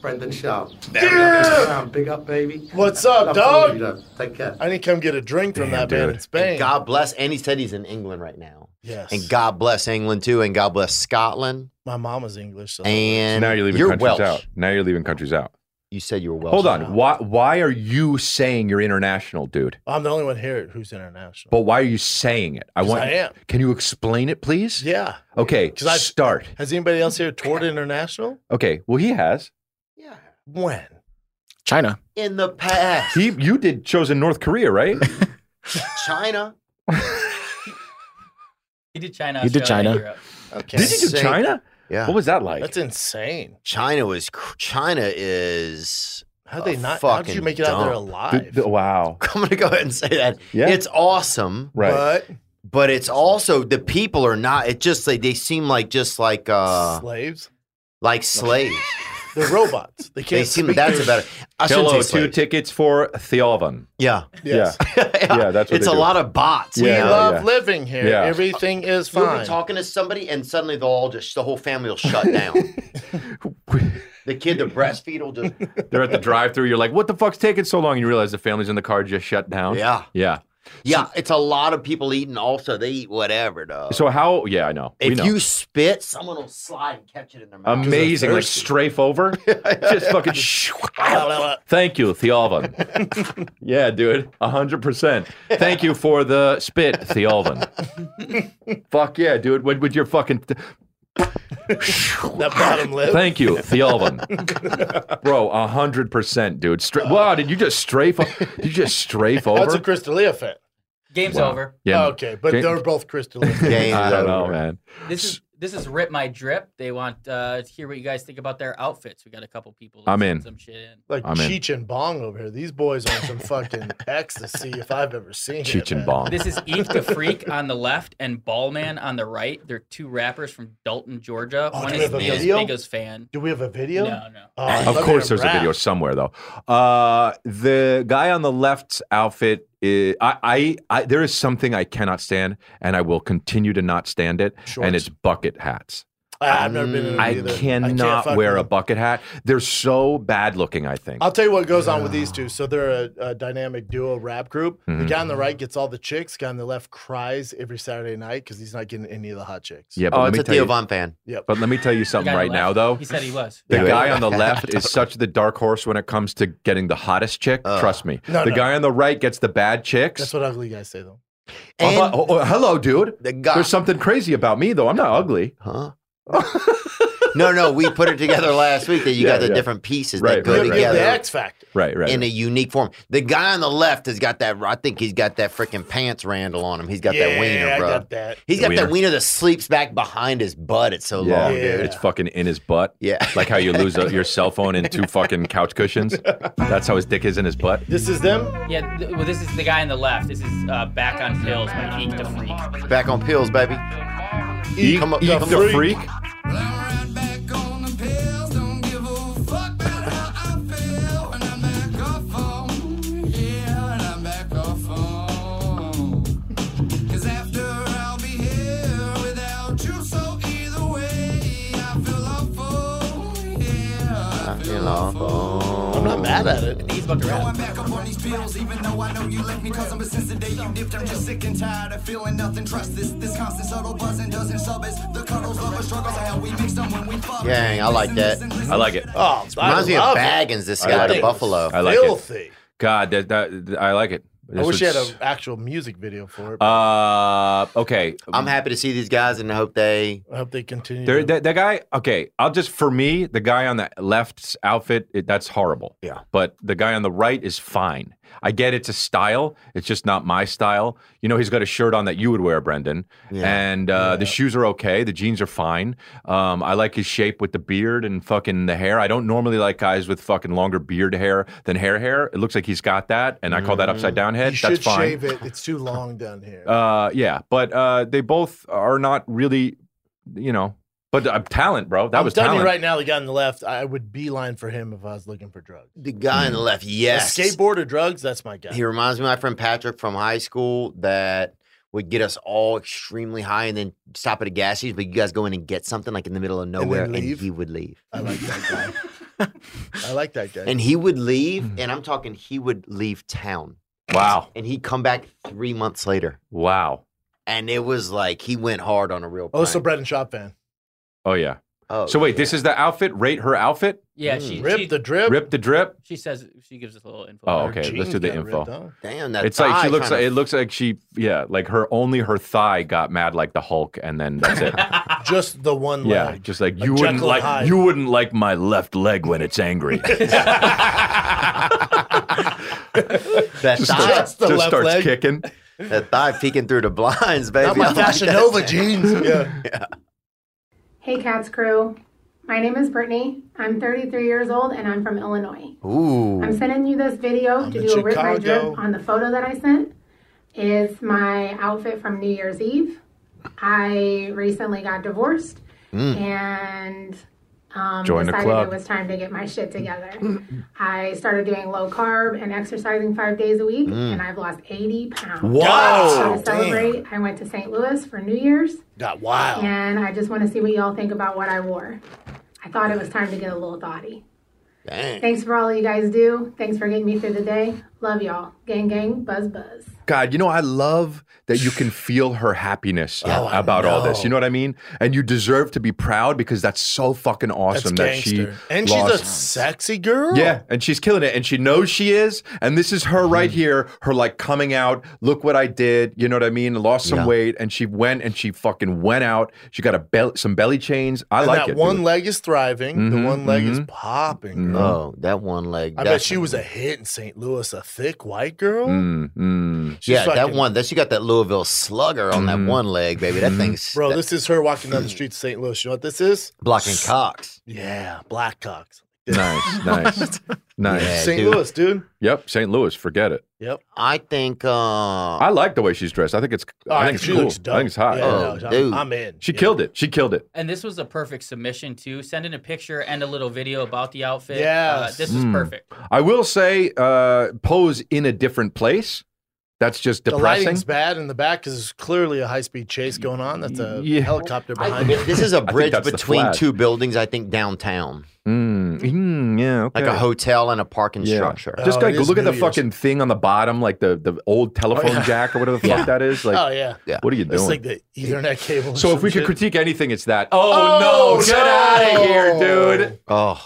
S13: Brendan Sharp. Um, Big up, baby.
S1: What's up,
S13: Love to all of
S1: dog?
S13: you, though. Take care.
S1: I need to come get a drink from that man
S4: dude.
S1: in Spain.
S3: God bless, and he said he's in England right now,
S1: yes.
S3: and God bless England too, and God bless Scotland,
S1: My mama's English, so.
S3: and
S4: now you're leaving
S3: you're
S4: countries
S3: Welsh.
S4: out. Now you're leaving countries out.
S3: You said you were Welsh.
S4: Hold on. Why why are you saying you're international, dude?
S1: I'm the only one here who's international.
S4: But why are you saying it? I
S1: 'Cause
S4: want.
S1: I am.
S4: Can you explain it, please?
S1: yeah.
S4: Okay.
S1: 'Cause I-
S4: start.
S1: Has anybody else here toured international?
S4: Okay. Well, he has.
S1: When?
S7: China.
S3: in the past.
S4: He, you did shows in North Korea, right?
S3: China.
S8: He did China.
S4: He did
S8: Australia,
S4: China.
S8: Europe.
S3: Okay.
S4: Did you do
S3: Sick.
S4: China?
S3: Yeah.
S4: What was that like?
S1: That's insane.
S3: China was cr- China is
S1: How'd they
S3: a
S1: not? How did you
S3: fucking
S1: make it out there
S3: dump.
S1: alive?
S4: The- the- wow.
S3: I'm gonna go ahead and say that.
S4: Yeah.
S3: It's awesome.
S4: Right.
S1: But
S3: But it's also the people are not it just like they seem like just like uh
S1: slaves,
S3: like slaves.
S1: they're robots. They can't.
S3: they seem
S1: speak
S3: that's
S1: their-
S3: a better I shouldn't
S4: Hello,
S3: say
S4: two
S3: slaves.
S4: tickets for Theovan.
S3: Yeah.
S1: Yes.
S4: Yeah. yeah, that's what
S3: It's
S4: they
S3: a
S4: do.
S3: lot of bots.
S1: We
S4: Yeah,
S1: love
S4: yeah.
S1: living here.
S4: Yeah.
S1: Everything is
S3: You'll
S1: fine.
S3: be talking to somebody and suddenly they'll all just the whole family will shut down. the kid the breastfeed will just
S4: They're at the drive-through. You're like, "What the fuck's taking so long?" And you realize the family's in the car just shut down.
S3: Yeah.
S4: Yeah.
S3: Yeah, it's a lot of people eating also. They eat whatever dog.
S4: So how? Yeah, I know. we
S3: if
S4: know.
S3: you spit, someone will slide and catch it in their mouth.
S4: amazing, like strafe over, just fucking. shoo. Thank you, Theovan. yeah, dude, hundred percent. Thank you for the spit, Theovan. Fuck yeah, dude. With, with your fucking.
S1: that bottom lip.
S4: Thank you, Theovan. Bro, hundred percent, dude. Stra- wow, did you just strafe? O- did you just strafe over?
S1: That's a Crystalia fan.
S8: Game's over.
S4: Yeah.
S1: Oh, Okay, but
S4: Game-
S1: they're both Crystalia.
S3: Game
S4: I
S3: is
S4: don't know,
S3: over.
S4: Oh, man.
S8: This is this is rip my drip. They want uh, to hear what you guys think about their outfits. We got a couple people. that
S4: I'm
S8: sent
S4: in.
S8: Some shit in.
S1: Like
S4: I'm in.
S1: Cheech and Bong over here. These boys on some fucking ecstasy if I've ever seen it,
S4: Cheech and
S1: man.
S4: Bong.
S8: This is Eek the Freak on the left and Ballman on the right. They're two rappers from Dalton, Georgia.
S1: Oh,
S8: One
S1: do we
S8: is
S1: have a
S8: Nas
S1: video?
S8: Vegas fan.
S1: Do we have a video?
S8: No, no.
S1: Oh, I
S4: of
S1: thought
S4: course,
S1: they were
S4: there's a video
S1: rap.
S4: somewhere though. Uh, the guy on the left's outfit is I, I, I. There is something I cannot stand, and I will continue to not stand it.
S1: Shorts.
S4: And it's bucket hats.
S1: Ah, I've never been in it
S4: I
S1: either. can't
S4: cannot
S1: fuck
S4: wear
S1: with
S4: a
S1: them.
S4: bucket hat. They're so bad looking. I think.
S1: I'll tell you what goes on with these two. So they're a, a dynamic duo rap group. The
S4: Mhm.
S1: guy on the right gets all the chicks. Guy on the left cries every Saturday night because he's not getting any of the hot chicks.
S4: yeah, but
S3: Oh,
S4: let
S3: it's
S4: me
S3: a
S4: tell you.
S3: Theo Von fan.
S1: Yep.
S4: But let me tell you
S8: The guy
S4: something
S8: on
S4: right
S8: the
S4: now
S8: left.
S4: though.
S8: He said he was.
S4: The
S3: Yeah.
S4: guy on the left is such the dark horse when it comes to getting the hottest chick.
S3: Uh.
S4: Trust me.
S1: No,
S4: the
S1: no.
S4: guy on the right gets the bad chicks.
S1: That's what ugly guys say though.
S4: I'm
S3: And
S4: not- oh, oh, hello, dude.
S3: the guy.
S4: There's something crazy about me though. I'm not ugly.
S3: huh? no, no, we put it together last week that you
S4: Yeah,
S3: got the
S4: yeah.
S3: different pieces
S4: Right,
S3: that go
S4: right,
S1: Gotta
S4: right,
S1: give
S3: together
S1: the X factor.
S4: Right, right.
S3: in a unique form. The guy on the left has got that. I think he's got that freaking pants Randall on him. He's got
S1: yeah,
S3: that wiener, bro.
S1: I got that.
S3: He's got
S4: Wiener.
S3: that wiener that sleeps back behind his butt. It's so
S4: yeah,
S3: long,
S4: dude.
S3: dude.
S4: It's fucking in his butt.
S3: Yeah.
S4: Like how you lose a, your cell phone in two fucking couch cushions. That's how his dick is in his butt.
S1: This is them.
S8: Yeah, th- well, this is the guy on the left. This is uh, Back on Pills by Eek the Freak.
S3: Back on pills, baby.
S4: Eat,
S3: Come up-
S4: eat
S3: come
S4: the
S3: up.
S4: freak.
S3: I feel awful.
S1: I'm not mad at it.
S8: He's about to rap.
S3: Gang, I like that.
S4: I like it.
S1: Oh,
S3: Reminds me of Baggins, this guy, the
S1: like it.
S3: Buffalo.
S4: I like it.
S1: Filthy.
S4: God, that, that I like it.
S1: I
S4: This
S1: wish you had
S4: was-
S1: an actual music video for it.
S4: Uh, okay.
S3: I'm happy to see these guys and I hope they.
S1: I hope they continue.
S4: There,
S1: to-
S4: that, that guy. Okay, I'll just for me, the guy on the left's outfit, it, that's horrible.
S3: Yeah.
S4: But the guy on the right is fine. I get it's a style. It's just not my style. You know, he's got a shirt on that you would wear, Brendan.
S3: Yeah.
S4: And uh, the shoes are okay. The jeans are fine. Um, I like his shape with the beard and fucking the hair. I don't normally like guys with fucking longer beard hair than hair hair. It looks like he's got that, and I call that upside down head.
S1: you
S4: that's
S1: should
S4: fine.
S1: shave it. It's too long down here.
S4: Uh, yeah, but uh, they both are not really, you know, but uh, talent, bro. That
S1: I'm
S4: was
S1: telling
S4: talent.
S1: you right now, the guy on the left, I would beeline for him if I was looking for drugs.
S3: The guy on the left, yes.
S1: A skateboard or drugs, that's my guy.
S3: He reminds me of my friend Patrick from high school that would get us all extremely high and then stop at a gas station. But you guys go in and get something like in the middle of
S1: then
S3: nowhere, and,
S1: leave?
S3: he would leave.
S1: I like that guy. I like that guy.
S3: And he would
S1: Hmm.
S3: leave, and I'm talking he would leave town,
S4: Wow,
S3: and he'd come back three months later,
S4: wow.
S3: and it was like he went hard on a real.
S1: oh, so
S3: prank.
S1: bread and shop fan.
S4: Oh yeah.
S3: Oh,
S4: So wait, this is the outfit. Rate her outfit.
S8: Yeah,
S3: Mm.
S8: she, she
S1: Rip the drip.
S4: Rip the drip.
S8: she says she gives us a little info.
S4: Oh,
S8: on her.
S4: okay. let's
S1: Jeans
S4: do the
S1: got
S4: info.
S1: ripped off.
S3: damn that.
S4: it's like she
S3: thigh
S4: looks.
S3: trying
S4: Like,
S3: to-
S4: it looks like she. Yeah, like her only her thigh got mad like the Hulk, and then that's it.
S1: Just the one
S4: yeah,
S1: leg.
S4: just like
S1: Like
S4: you wouldn't
S1: Jekyll and
S4: like
S1: Hyde.
S4: you wouldn't like my left leg when it's angry.
S3: That
S4: Just
S3: thigh
S4: starts- just starts kicking.
S3: That thigh peeking through the blinds, baby.
S1: Not my
S3: I like that.
S1: Fashion Nova jeans. Yeah.
S14: Hey, Cats Crew. My name is Brittany. I'm 33 years old and I'm from Illinois.
S3: Ooh.
S14: I'm sending you this video to
S3: in
S14: do a rip my
S3: Chicago.
S14: drip on the photo that I sent. Is my outfit from New Year's Eve. I recently got divorced
S15: Mm.
S14: and um,
S15: Join the
S14: decided
S15: club.
S14: it was time to get my shit together. I started doing low carb and exercising five days a week,
S15: Mm.
S14: and I've lost 80 pounds.
S15: Wow.
S14: To celebrate, I went to St. Louis for New Year's.
S1: Got wild.
S14: And I just want to see what y'all think about what I wore. I thought it was time to get a little thoughty. Thanks for all you guys do. Thanks for getting me through the day. Love y'all. Gang, gang, buzz, buzz.
S4: God, you know, I love that you can feel her happiness
S1: Oh,
S4: about all this. You know what I mean? And you deserve to be proud because that's so fucking awesome that she
S1: and she's
S4: lost-
S1: a sexy girl.
S4: Yeah, and she's killing it, and she knows she is. And this is her
S3: Hmm.
S4: right here, her like coming out. Look what I did. You know what I mean? Lost some
S1: Yeah.
S4: weight, and she went and she fucking went out. She got a bel- some belly chains. I
S1: and
S4: like
S1: that
S4: it.
S1: one
S4: dude.
S1: leg is thriving.
S4: Mhm,
S1: the one leg is
S4: mhm.
S1: popping.
S4: Mhm.
S3: Oh, that one leg.
S1: I bet she was a hit in St. Louis. A thick white girl.
S4: Mm.
S1: Mm-hmm.
S4: Mm-hmm.
S1: She's
S3: yeah, that
S1: fucking-
S3: one. That she got that Louisville slugger on that one leg, baby.
S4: Mm-hmm.
S3: That thing's
S1: Bro, this is her walking down the streets of St. Louis. You know what this is?
S3: blocking cocks.
S1: Yeah, black cocks.
S4: Nice, nice, nice.
S3: Yeah,
S1: St.
S3: dude.
S1: Louis, dude.
S4: Yep, St. Louis. Forget it.
S1: Yep.
S3: I think. Uh,
S4: I like the way she's dressed. I think it's.
S1: Oh,
S4: I think it's
S1: she
S4: cool.
S1: looks dope.
S4: I think it's hot.
S1: Yeah, Oh, no, I'm- dude. I'm in.
S4: She killed it. She killed it.
S8: And this was a perfect submission too. Send in a picture and a little video about the outfit.
S1: Yes.
S8: Uh, this is
S4: Mm.
S8: perfect.
S4: I will say, uh, pose in a different place. That's just
S1: The
S4: depressing.
S1: lighting's bad in the back because there's clearly a high speed chase going on. That's a helicopter behind you.
S3: This is a
S1: I think
S3: bridge
S1: that's the
S3: between
S1: flag.
S3: two buildings. I think downtown,
S4: Mm, mm, yeah, okay.
S3: like a hotel and a parking
S4: Yeah.
S3: structure.
S4: Just
S1: Oh,
S4: like look at the fucking thing on the bottom, like the, the old telephone
S3: Oh,
S4: jack or whatever the fuck that is. Like,
S1: oh yeah.
S4: what are you doing?
S1: It's like the Ethernet cable. or
S4: so if
S1: some
S4: we could
S1: shit.
S4: critique anything, it's that. Oh,
S1: Oh,
S4: no, get out
S1: no.
S4: of here, dude.
S3: Oh,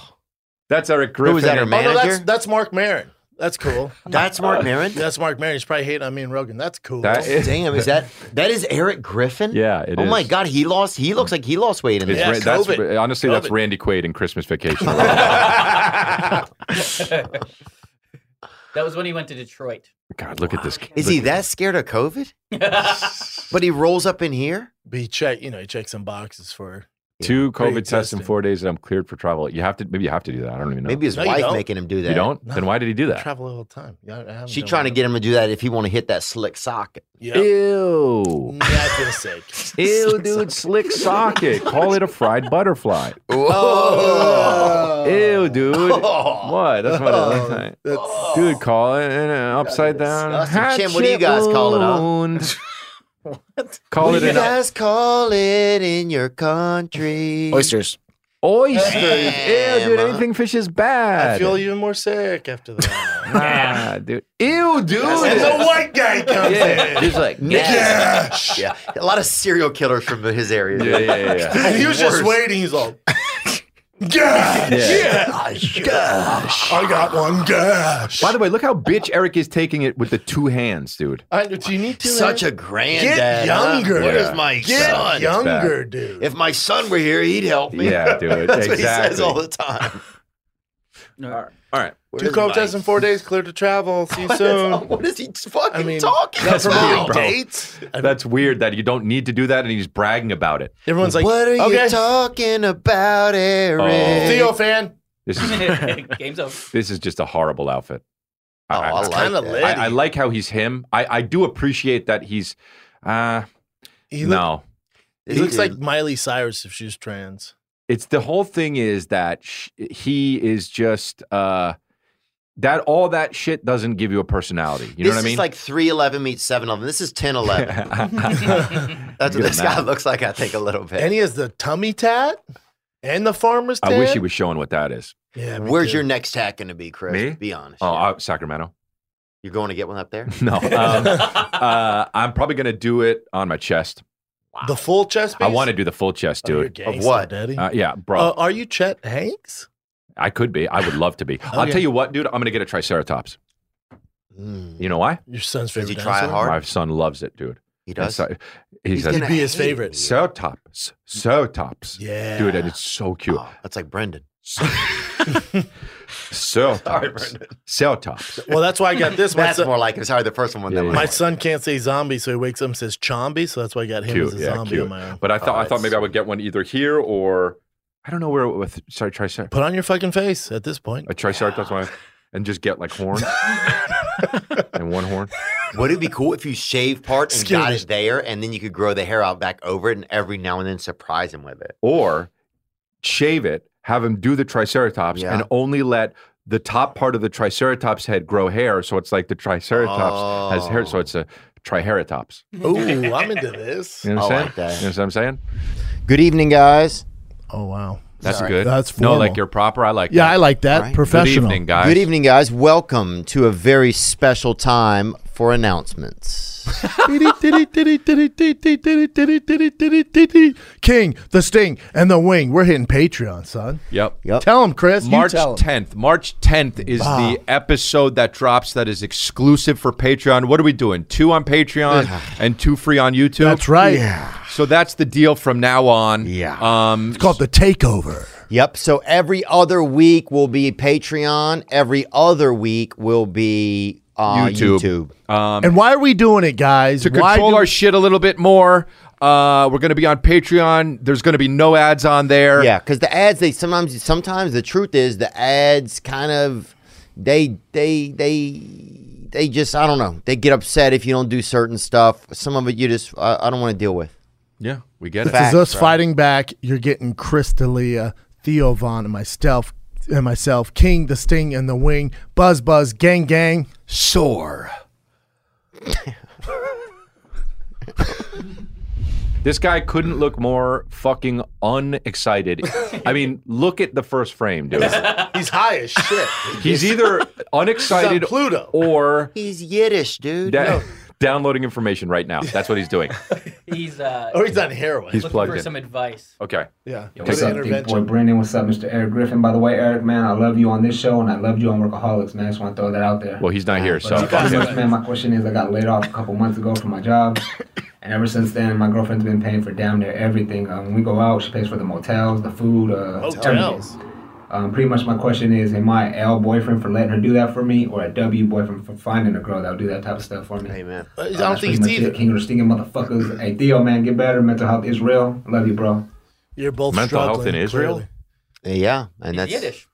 S4: that's Eric Griffin.
S1: Oh, no, that's, that's Mark Maron. That's cool.
S3: That's Mark Maron?
S1: That's Mark Maron. He's probably hating on me and Rogan. That's cool.
S3: That is- Damn, is that- that is Eric Griffin?
S4: Yeah, it
S3: oh my
S4: is.
S3: god, he lost. He looks like he lost weight in
S4: It's
S3: this.
S4: Ra- that's, honestly, that's Randy Quaid in Christmas Vacation. Oh
S8: That was when he went to Detroit.
S4: God, look at this.
S3: Is he that scared of COVID? but he rolls up in here.
S1: But he check, you know, he checked some boxes for
S4: Two COVID tests in four days, and I'm cleared for travel. You have to, maybe you have to do that. I don't even know.
S3: Maybe his
S1: No, you
S3: wife
S1: don't.
S3: making him do that.
S4: You don't? Then why did he do that?
S1: travel all the time. Yeah, I haven't
S3: She
S1: done
S3: trying to
S1: one.
S3: get him to do that if he want to hit that slick socket.
S1: Yeah.
S4: Ew.
S1: Yeah, I feel sick.
S4: Ew, dude, slick socket. Call it a fried butterfly.
S1: Oh.
S4: Ew, dude. What? That's what it looks like. Dude, call it an upside down.
S3: Austin, Jim, what do you guys call it, huh?
S4: it? Call
S3: What
S4: it
S3: do you
S4: an
S3: guys call it in your country.
S7: Oysters.
S4: Oysters.
S3: Damn,
S4: Ew, dude,
S3: huh?
S4: anything fish is bad.
S1: I feel even more sick after that.
S4: Nah, dude. Ew, dude.
S1: That's when the white guy comes
S3: Yeah,
S1: in.
S3: just like
S1: Nick
S3: yeah. yeah, a lot of serial killers from his area.
S4: Yeah, yeah, yeah, yeah.
S1: And he was just
S3: Worse.
S1: waiting. He's all, gosh,
S3: yeah, gosh,
S1: I got one, gosh.
S4: By the way, look how bitch Eric is taking it with the two hands, dude.
S1: I, do you need to?
S3: Such
S1: man?
S3: a granddad.
S1: Get
S3: huh?
S1: younger.
S3: Where's my
S1: Get
S3: son?
S1: younger,
S4: It's bad.
S1: dude.
S3: If my son were here, he'd help me.
S4: Yeah, dude,
S3: That's what he says
S4: exactly.
S3: all the time.
S4: All right.
S1: Two COVID tests in four days, clear to travel. See you soon.
S3: what is he fucking
S1: talking
S4: That's
S1: about?
S4: weird, bro.
S1: Dates?
S4: That's weird that you don't need to do that and he's bragging about it.
S1: Everyone's like,
S3: What are
S1: okay.
S3: you talking about, Eric?
S4: Oh.
S1: Theo fan.
S4: This is
S8: Game's over.
S4: this is just a horrible outfit. Oh, I,
S1: like Kinda that.
S4: I, I like how he's him. I, I do appreciate that he's. Uh, no,
S1: He looks like Miley Cyrus if she was trans.
S4: it's the whole thing is that sh- he is just uh, that all that shit doesn't give you a personality. You know
S3: this
S4: what I mean?
S3: is like 311 meets 711. This is 1011. That's what
S4: Good
S3: this guy
S4: math.
S3: looks like, I think, a little bit.
S1: And he has the tummy tat and the farmer's tat.
S4: I wish he was showing what that is.
S1: Yeah, me
S3: Where's
S1: too.
S3: your next hat going to be, Chris?
S4: Me?
S3: Be honest.
S4: Oh, uh, Sacramento.
S3: You're going to get one up there?
S4: No, um, uh, I'm probably gonna do it on my chest.
S1: The full chest piece?
S4: I want to do the full chest,
S1: Oh, you're
S4: dude.
S1: gangsta, Of what? daddy.
S4: Uh, yeah, bro.
S1: Uh, are you Chet Hanks?
S4: I could be. I would love to be. I'll
S1: Okay.
S4: tell you what, dude. I'm gonna get a triceratops. You know why?
S1: Your son's favorite.
S4: he
S1: dinosaur?
S4: My son loves it, dude. He
S1: does?
S4: he
S1: He's
S4: says,
S1: gonna He'd be his hate favorite. you.
S4: Ceratops, ceratops.
S1: Yeah.
S4: dude, and it's so cute.
S3: that's like Brendan.
S4: Cell tops. Cell tops.
S1: Well, that's why I got this.
S3: That's more like it. Sorry, the first one. that
S1: my
S3: one.
S1: son can't say zombie, so he wakes up and says chombi. So that's why I got him
S4: cute,
S1: as a
S4: yeah,
S1: zombie
S4: cute.
S1: on my own.
S4: But I thought
S1: Oh,
S4: I thought
S1: that's-
S4: maybe I would get one either here or I don't know where. With, sorry, try sorry.
S1: Put on your fucking face at this point.
S4: a triceratops one and just get like horns and one horn.
S3: Would it be cool if you shave part and
S4: Skinny
S3: got it there, and then you could grow the hair out back over it, and every now and then surprise him with it?
S4: Or shave it, have him do the triceratops, and only let the top part of the triceratops head grow hair. So it's like the triceratops has hair. So it's a triceratops.
S1: Ooh, I'm into this.
S4: You know what I'm saying?
S3: I like that.
S4: You know what I'm saying?
S3: Good evening, guys.
S1: Oh wow,
S4: That's good.
S1: That's
S4: no, like
S3: formal.
S4: you're proper. I like.
S3: Yeah,
S4: that.
S3: I like that.
S4: Right. Good
S3: Professional.
S4: evening, guys.
S3: Good evening, guys. Welcome to a very special time for announcements.
S2: King, the Sting, and the Wing. We're hitting Patreon, son.
S4: Yep.
S3: Yep.
S2: Tell him, Chris. You
S4: March
S2: tell 'em.
S4: 10th. March 10th is
S2: Bah.
S4: the episode that drops that is exclusive for Patreon. What are we doing? Two on Patreon and two free on YouTube.
S2: That's right. Yeah.
S4: So that's the deal from now on. Yeah. Um,
S2: It's called the Takeover.
S3: Yep. So every other week will be Patreon. Every other week will be uh,
S4: YouTube.
S3: YouTube.
S4: Um,
S2: and why are we doing it, guys?
S4: to
S2: why
S4: control
S2: do-
S4: our shit a little bit more. Uh, we're going to be on Patreon. There's going to be no ads on there.
S3: Yeah, because the ads they sometimes sometimes the truth is the ads kind of they they they they just I don't know they get upset if you don't do certain stuff. Some of it you just I, I don't want to deal with.
S4: Yeah, we get
S2: This is us fighting back. You're getting Chris D'Elia, Theo Vaughn, and myself, and myself, King, the Sting, and the Wing, Buzz Buzz, Gang Gang.
S4: Soar. This guy couldn't look more fucking unexcited. I mean, look at the first frame, dude.
S1: He's high as shit.
S4: He's either unexcited
S1: Pluto.
S4: or
S3: He's Yiddish, dude.
S4: da- downloading information right now. That's what he's doing.
S8: He's uh.
S1: Oh, he's on heroin.
S4: He's
S8: looking
S4: plugged
S8: for
S4: in.
S8: some advice.
S4: Okay.
S1: Yeah.
S4: Take
S12: What's
S4: some-
S12: up, big boy Brandon? What's up, Mr. Eric Griffin? By the way, Eric, man, I love you on this show, and I loved you on Workaholics, man. I just want to throw that out there.
S4: Well, he's not here, so
S12: But
S4: fuck
S12: pretty much,
S4: him.
S12: man, my question is, I got laid off a couple months ago from my job, and ever since then, my girlfriend's been paying for damn near everything. Um, when we go out, she pays for the motels, the food, uh,
S1: Motels?
S12: everything. Um, pretty much, my question is, am I a L boyfriend for letting her do that for me, or a W boyfriend for finding a girl that would do that type of stuff for me? Hey,
S3: man.
S1: I don't
S12: that's
S1: think
S12: pretty
S1: it's
S12: much
S1: either.
S12: it. King of the stinging motherfuckers. hey, Theo, man, get better. Mental health is real. Love you, bro.
S1: You're both
S4: Mental
S1: struggling,
S4: health in Israel?
S1: clearly.
S3: Yeah, and that's
S8: Yiddish.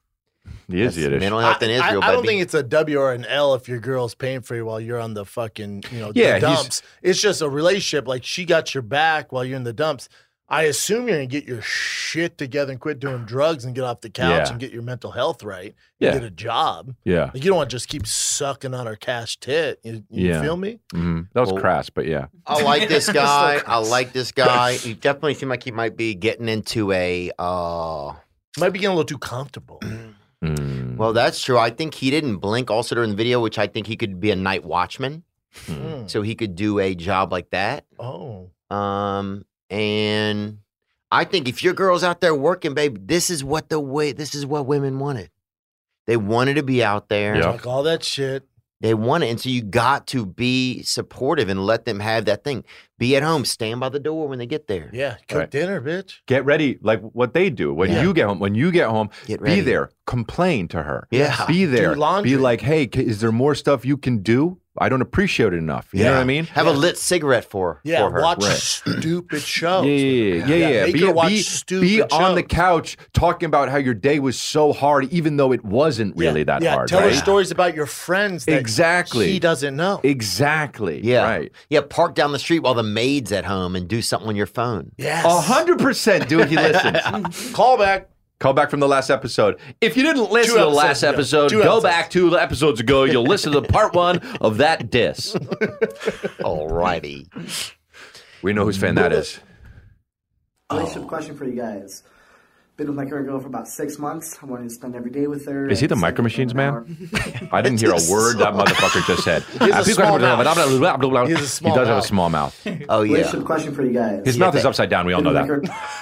S4: He is
S3: That's
S4: Yiddish.
S3: mental health in
S1: I-
S3: Israel.
S1: I, don't
S3: baby.
S1: think it's a W or an L if your girl's paying for you while you're on the fucking, you know, the
S4: Yeah, he's-
S1: dumps. It's just a relationship. Like she got your back while you're in the dumps. I assume you're gonna get your shit together and quit doing drugs and get off the couch
S4: Yeah.
S1: and get your mental health right.
S4: Yeah.
S1: And get a job.
S4: Yeah.
S1: Like you don't want to just keep sucking on her cash tit. You, you
S4: Yeah.
S1: feel me?
S4: Mhm. That was crass, but yeah.
S3: I like this guy.
S1: Still
S3: I like this guy. He definitely seemed like he might be getting into a. Uh,
S1: Might be getting a little too comfortable.
S4: Mm.
S3: well, that's true. I think he didn't blink also during the video, which I think he could be a night watchman.
S4: Hmm.
S1: Mm.
S3: So he could do a job like that.
S1: Oh.
S3: Um, and I think if your girl's out there working, babe, this is what the way this is what women wanted. They wanted to be out there.
S4: Yeah.
S1: Like all that shit.
S3: They want it. And so you got to be supportive and let them have that thing. Be at home. Stand by the door when they get there.
S1: Yeah. Cook
S4: Right.
S1: dinner, bitch.
S4: Get ready, like what they do. When
S3: Yeah.
S4: you get home, when you get home,
S3: Get
S4: be
S3: ready.
S4: there. Complain to her.
S3: Yeah.
S4: Be there.
S1: laundry.
S4: Be like, hey, c- is there more stuff you can do? I don't appreciate it enough. You know what I mean?
S3: Have a lit cigarette for,
S1: Yeah.
S3: for her.
S1: Watch
S4: Right.
S1: stupid shows.
S4: Yeah, yeah, yeah. yeah.
S1: Make
S4: Be,
S1: her watch
S4: be-
S1: stupid
S4: be on the
S1: shows.
S4: couch talking about how your day was so hard, even though it wasn't really
S1: yeah,
S4: that
S1: yeah,
S4: hard.
S1: Tell
S4: right?
S1: her stories about your friends that
S4: Exactly.
S1: he doesn't know.
S4: Exactly.
S3: Yeah.
S4: Right.
S3: Yeah. Park down the street while the maid's at home and do something on your phone.
S1: yes.
S4: A hundred percent, dude. He listens.
S1: Call back.
S4: Call back from the last episode. If you didn't listen
S1: Two
S4: to the
S1: episodes
S4: last
S1: ago.
S4: episode,
S1: Two
S4: go
S1: episodes.
S4: back two episodes ago. You'll listen to part one of that diss.
S3: Alrighty.
S4: We know whose fan that is.
S15: Relationship question for you guys. Been with my current girl for about six months. I wanted to spend every day with her.
S4: Is he
S15: and
S4: the
S15: spend
S4: Micro Machines
S15: about an
S4: man? I didn't hear a word that motherfucker just said. Uh,
S1: He has a
S4: He
S1: small mouth. He has a
S4: does
S1: small
S4: have a
S1: mouth.
S4: small mouth.
S3: Oh yeah.
S15: Relationship question for you guys.
S4: His mouth is upside down. We all know that.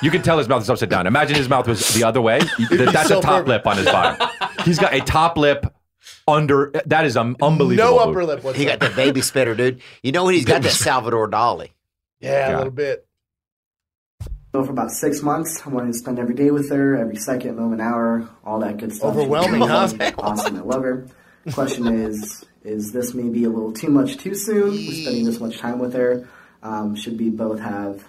S4: You can tell his mouth is upside down. Imagine his mouth was the other way. That- That's
S1: so
S4: a top
S1: perfect.
S4: lip on his bottom. He's got a top lip under. That is um, unbelievable.
S1: No
S4: dude.
S1: upper lip.
S3: He
S1: whatsoever.
S3: got the baby spitter, dude. You know what? He's got that Salvador Dali.
S1: yeah,
S4: Yeah.
S1: a little bit.
S15: girl for about six months. I wanted to spend every day with her, every second, moment, hour, all that good stuff.
S1: Overwhelming, huh?
S15: Awesome, I love her. Question is, is this maybe a little too much too soon? We're spending this much time with her. Um, should we both have